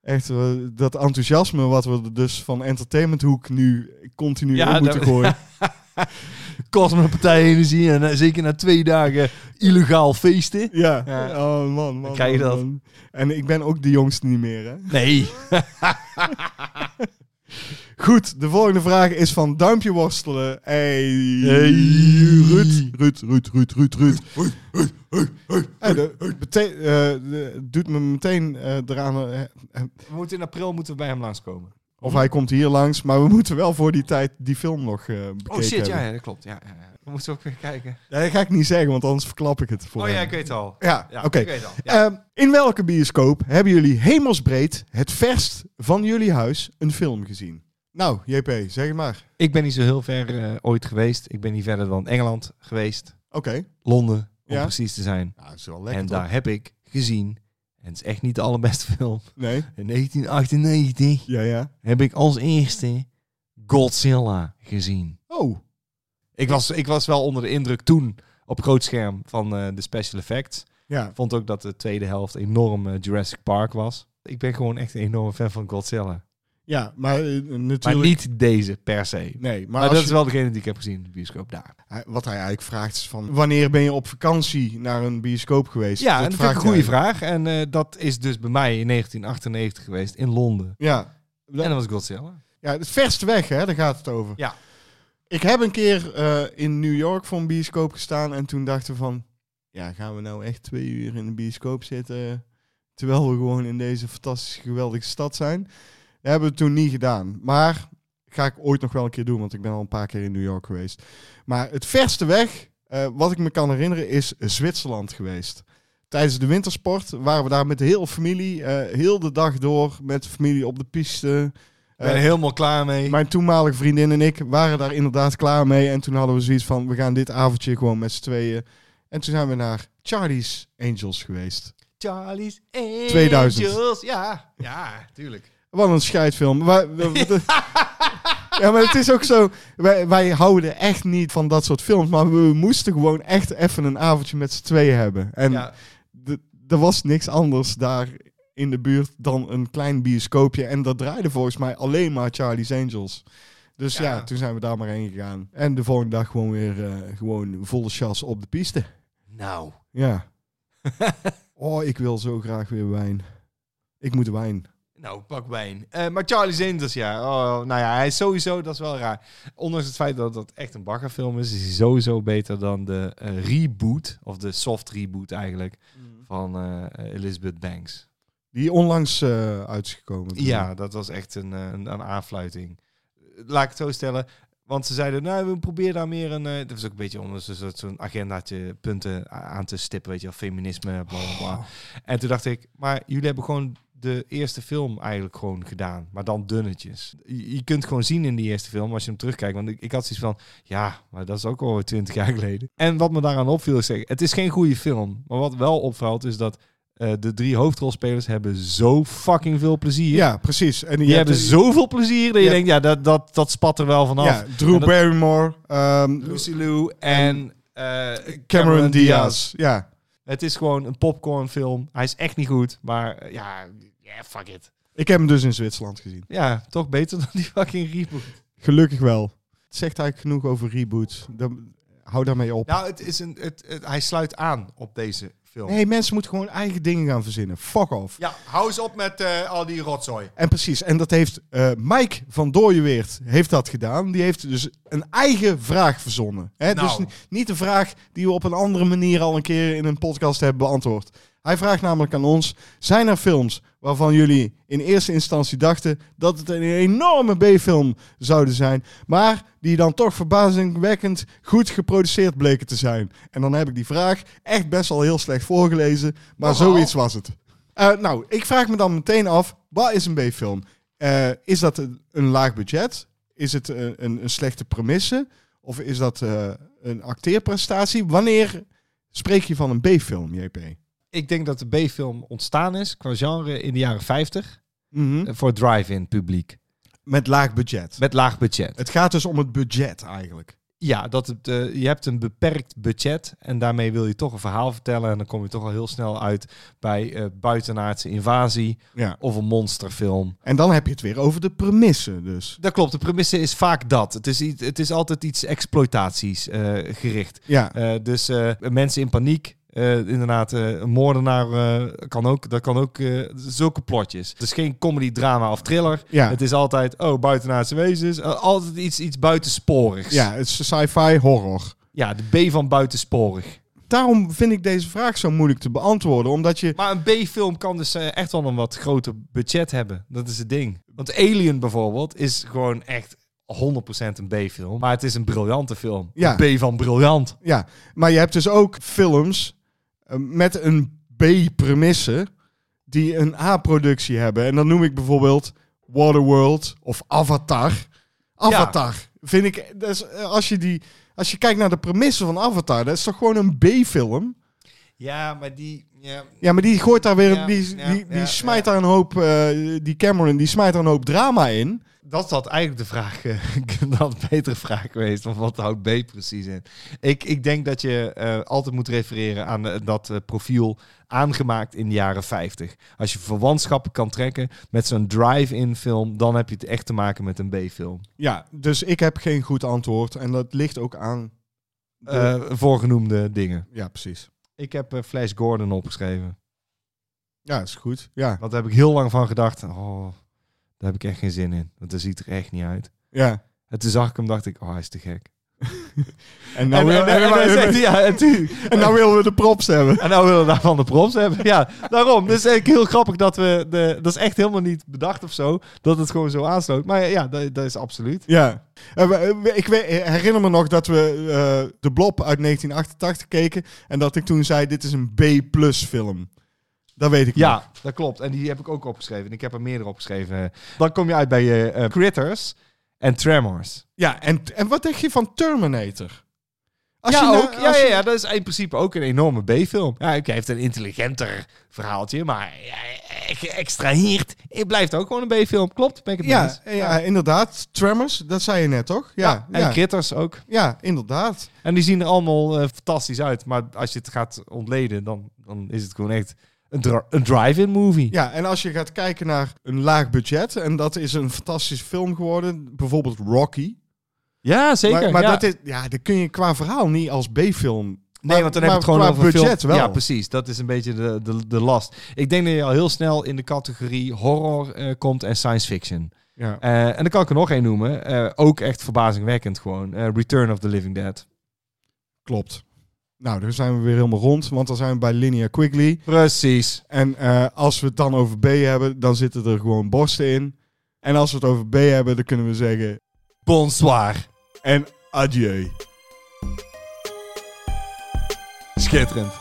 B: Echt, eh, dat enthousiasme wat we er dus van Entertainment Hoek nu continu
A: Ja,
B: in moeten
A: dat-
B: gooien.
A: Kost me een partij energie. En eh, zeker na twee dagen illegaal feesten.
B: ja.
A: Ja.
B: oh man, man.
A: krijg je
B: man,
A: dat.
B: man. En ik ben ook de jongste niet meer, hè.
A: Nee.
B: Goed, de volgende vraag is van Duimpje Worstelen. Hey,
A: Hey.
B: Ruud, Ruud, Ruud, Ruud, Ruud, Ruud. Hey, dat bete- eh, de- doet me meteen eh, eraan... eh, eh,
A: We moeten in april moeten we bij hem langskomen.
B: of hij komt hier langs, maar we moeten wel voor die tijd die film nog eh bekeken
A: Oh shit, ja,
B: hebben.
A: ja, dat klopt. Ja, ja, ja. We moeten ook weer kijken.
B: Ja, Dat ga ik niet zeggen, want anders verklap ik het voor
A: Oh
B: hem.
A: ja, ik weet het al.
B: Ja,
A: Ja,
B: oké.
A: ik weet het al. Ja.
B: Ehm, in welke bioscoop hebben jullie hemelsbreed het verst van jullie huis een film gezien? Nou, JP, zeg het maar.
A: Ik ben niet zo heel ver eh, ooit geweest. Ik ben niet verder dan Engeland geweest.
B: Oké.
A: Londen, om
B: Ja.
A: precies te zijn.
B: Nou, dat is wel lekker.
A: en
B: toch?
A: daar heb ik gezien. En het is echt niet de allerbeste film.
B: Nee.
A: In 1998
B: Ja, ja.
A: heb ik als eerste Godzilla gezien.
B: Oh.
A: Ik was, ik was wel onder de indruk toen op groot scherm van eh, de special effects.
B: Ja.
A: Vond ook dat de tweede helft enorm eh, Jurassic Park was. Ik ben gewoon echt een enorme fan van Godzilla.
B: Ja, maar eh, natuurlijk.
A: Maar niet deze per se. Maar,
B: Nee, maar,
A: dat
B: als
A: is
B: je-
A: wel degene die ik heb gezien in de bioscoop daar.
B: hij- wat hij eigenlijk vraagt is van... Wanneer ben je op vakantie naar een bioscoop geweest?
A: Ja,
B: Dus Dat
A: en dat vind ik een goede
B: hij.
A: vraag. En eh, dat is dus bij mij in 1998 geweest in Londen.
B: Ja.
A: En dat was Godzilla.
B: Ja, het verst weg, hè? Daar gaat het over.
A: Ja.
B: Ik heb een keer eh, in New York voor een bioscoop gestaan en toen dachten we van... Ja, gaan we nou echt twee uur in de bioscoop zitten terwijl we gewoon in deze fantastische, geweldige stad zijn? Dat hebben we toen niet gedaan. Maar ga ik ooit nog wel een keer doen, want ik ben al een paar keer in New York geweest. Maar het verste weg, eh, wat ik me kan herinneren, is Zwitserland geweest. Tijdens de wintersport waren we daar met de hele familie, eh, heel de dag door, met de familie op de piste.
A: Ik ben er
B: Eh,
A: helemaal klaar mee.
B: mijn toenmalige vriendin en ik waren daar inderdaad klaar mee. En toen hadden we zoiets van, we gaan dit avondje gewoon met z'n tweeën. En toen zijn we naar Charlie's Angels geweest.
A: Charlie's
B: 2000.
A: Angels. Ja, ja, tuurlijk.
B: Wat een scheidfilm. Wij- we- we- ja, maar het is ook zo, wij, wij houden echt niet van dat soort films. Maar we moesten gewoon echt even een avondje met z'n tweeën hebben. En
A: ja.
B: d- er was niks anders daar in de buurt dan een klein bioscoopje. En dat draaide volgens mij alleen maar Charlie's Angels. Dus ja,
A: Ja.
B: toen zijn we daar maar heen gegaan. En de volgende dag gewoon weer eh, gewoon volle chas op de piste.
A: Nou.
B: Ja. oh, ik wil zo graag weer wijn. Ik moet wijn.
A: Nou, pak wijn. Eh, maar Charlie's Angels, ja. Oh, nou ja, hij is sowieso, dat is wel raar. Ondanks het feit dat dat echt een baggerfilm is, is hij sowieso beter dan de eh, reboot, of de soft reboot eigenlijk, van eh, eh, Elizabeth Banks.
B: Die onlangs eh uitgekomen.
A: Ja, dat was echt een, eh, een, een aanfluiting. Laat ik het zo stellen. Want ze zeiden, nou, we proberen daar meer een... eh, dat was ook een beetje om zo- zo- zo'n agendaatje punten a- aan te stippen, weet je wel. Feminisme, bla, bla, bla. En toen dacht ik, maar jullie hebben gewoon de eerste film eigenlijk gewoon gedaan. Maar dan dunnetjes. Je, je kunt gewoon zien in die eerste film, als je hem terugkijkt. Want ik, ik had zoiets van, ja, maar dat is ook alweer twintig jaar geleden. En wat me daaraan opviel, is zeg, het is geen goede film. Maar wat wel opvalt, is dat eh, de drie hoofdrolspelers hebben zo fucking veel plezier.
B: ja precies. En
A: Die hebben zoveel plezier dat je
B: Ja.
A: denkt, ja, dat, dat, dat spat er wel vanaf.
B: Ja,
A: En
B: Drew
A: dat-
B: Barrymore, ehm,
A: Lucy Liu en eh,
B: Cameron, Diaz. Ja.
A: Het is gewoon een popcornfilm. Hij is echt niet goed, maar eh, ja, yeah, fuck it.
B: Ik heb hem dus in Zwitserland gezien.
A: Ja, toch beter dan die fucking reboot.
B: Gelukkig wel. Het zegt eigenlijk genoeg over reboot. Dan, hou daarmee op.
A: Nou, het is een, het, het- hij sluit aan op deze film.
B: Nee, mensen moeten gewoon eigen dingen gaan verzinnen. Fuck off.
A: Ja, hou eens op met eh, al die rotzooi.
B: En precies, en dat heeft eh, Mike van Dooyeweert heeft dat gedaan. Die heeft dus een eigen vraag verzonnen. Hè?
A: Nou.
B: Dus ni- niet de vraag die we op een andere manier al een keer in een podcast hebben beantwoord. Hij vraagt namelijk aan ons, zijn er films waarvan jullie in eerste instantie dachten dat het een enorme B-film zouden zijn, maar die dan toch verbazingwekkend goed geproduceerd bleken te zijn? En dan heb ik die vraag echt best wel heel slecht voorgelezen, maar
A: Nogal.
B: zoiets was het. Eh, nou, ik vraag me dan meteen af, wat is een B-film? Eh, is dat een, een laag budget? Is het eh, een, een slechte premisse? Of is dat eh, een acteerprestatie? Wanneer spreek je van een B-film, JP?
A: Ik denk dat de B-film ontstaan is qua genre in de jaren 50
B: Mhm.
A: eh, voor drive-in publiek
B: Met laag budget.
A: met laag budget.
B: Het gaat dus om het budget eigenlijk.
A: Ja, dat het, eh, je hebt een beperkt budget en daarmee wil je toch een verhaal vertellen. En dan kom je toch al heel snel uit bij eh buitenaardse invasie
B: Ja.
A: of een monsterfilm.
B: En dan heb je het weer over de premisse dus.
A: Dat klopt, de premisse is vaak dat. Het is, iets, het is altijd iets exploitaties eh, gericht.
B: Ja,
A: Eh, dus eh, mensen in paniek, Eh, inderdaad, eh, een moordenaar eh, kan ook, dat kan ook eh, zulke plotjes. Het is geen comedy, drama of thriller.
B: Ja.
A: Het is altijd, oh, buitenaardse wezens. Eh, altijd iets, iets buitensporigs.
B: Ja, het is sci-fi horror.
A: ja, de B van buitensporig.
B: Daarom vind ik deze vraag zo moeilijk te beantwoorden. Omdat je...
A: Maar een B-film kan dus eh, echt wel een wat groter budget hebben. Dat is het ding. Want Alien bijvoorbeeld is gewoon echt 100% een B-film. Maar het is een briljante film.
B: Ja.
A: Een B van briljant.
B: Ja, maar je hebt dus ook films eh, met een B-premisse die een A-productie hebben. En dan noem ik bijvoorbeeld Waterworld of Avatar. Avatar vind ik, dat is, eh, als, je die, als je kijkt naar de premisse van Avatar, dat is toch gewoon een B-film?
A: Ja, maar die... Ja,
B: Ja, maar die gooit daar weer,
A: Ja,
B: die,
A: ja,
B: die, die
A: ja,
B: smijt daar een hoop, eh, die Cameron, die smijt daar een hoop drama in.
A: dat is dat eigenlijk de vraag. eh, dat had een betere vraag geweest. Van wat houdt B precies in? Ik, ik denk dat je eh, altijd moet refereren aan eh, dat eh, profiel aangemaakt in de jaren 50. Als je verwantschappen kan trekken met zo'n drive-in film... dan heb je het echt te maken met een B-film.
B: Ja, dus ik heb geen goed antwoord en dat ligt ook aan. de-
A: Eh, voorgenoemde dingen.
B: ja, precies.
A: Ik heb eh, Flash Gordon opgeschreven.
B: Ja, is goed. Ja,
A: Dat heb ik heel lang van gedacht. Oh, daar heb ik echt geen zin in. Want dat ziet er echt niet uit.
B: ja.
A: En toen zag ik hem, dacht ik, oh, hij is te gek.
B: En
A: En-
B: nou
A: en- en- en- en- en- ja, en toen-
B: En nou willen we de props hebben.
A: En nou willen we daarvan de props hebben. Ja, daarom. Dus eigenlijk heel grappig dat we... De, dat is echt helemaal niet bedacht of zo. Dat het gewoon zo aansloot. Maar ja, dat, dat is absoluut.
B: Ja. Eh, we- eh, we- Ik we- herinner me nog dat we eh, De Blob uit 1988 keken. En dat ik toen zei, dit is een B-plus film. Dat weet ik nog.
A: Ja, dat klopt. En die heb ik ook opgeschreven. En Ik heb er meerdere opgeschreven. Dan kom je uit bij eh, eh, Critters en Tremors.
B: Ja, en, en wat denk je van Terminator? Als
A: ja,
B: je nou-
A: ook, ja,
B: als je-
A: ja, ja, dat is in principe ook een enorme B-film. Ja, oké, hij heeft een intelligenter verhaaltje, maar hij- hij geëxtraheerd. Het blijft ook gewoon een B-film. Klopt, ben ik het mee eens.
B: ja, ja, inderdaad. Tremors, dat zei je net toch? Ja, ja,
A: En
B: ja,
A: critters ook.
B: inderdaad.
A: En die zien er allemaal eh, fantastisch uit. Maar als je het gaat ontleden, dan, dan is het gewoon echt een, dra- een drive-in movie.
B: Ja, en als je gaat kijken naar een laag budget... en dat is een fantastische film geworden. Bijvoorbeeld Rocky.
A: Ja, zeker.
B: maar maar
A: ja.
B: dat is, ja, dat kun je qua verhaal niet als B-film.
A: Nee, want dan heb je het gewoon
B: qua
A: over een
B: budget
A: film.
B: wel.
A: Ja, precies. Dat is een beetje de, de, de last. Ik denk dat je al heel snel in de categorie horror eh, komt en science fiction.
B: Ja.
A: Eh, en dan kan ik er nog één noemen. Eh, ook echt verbazingwekkend gewoon. Eh, Return of the Living Dead.
B: Klopt. Nou, dan zijn we weer helemaal rond, want dan zijn we bij Linear Quickly.
A: Precies.
B: En eh, als we het dan over B hebben, dan zitten er gewoon borsten in. En als we het over B hebben, dan kunnen we zeggen...
A: Bonsoir.
B: En adieu.
A: Schitterend.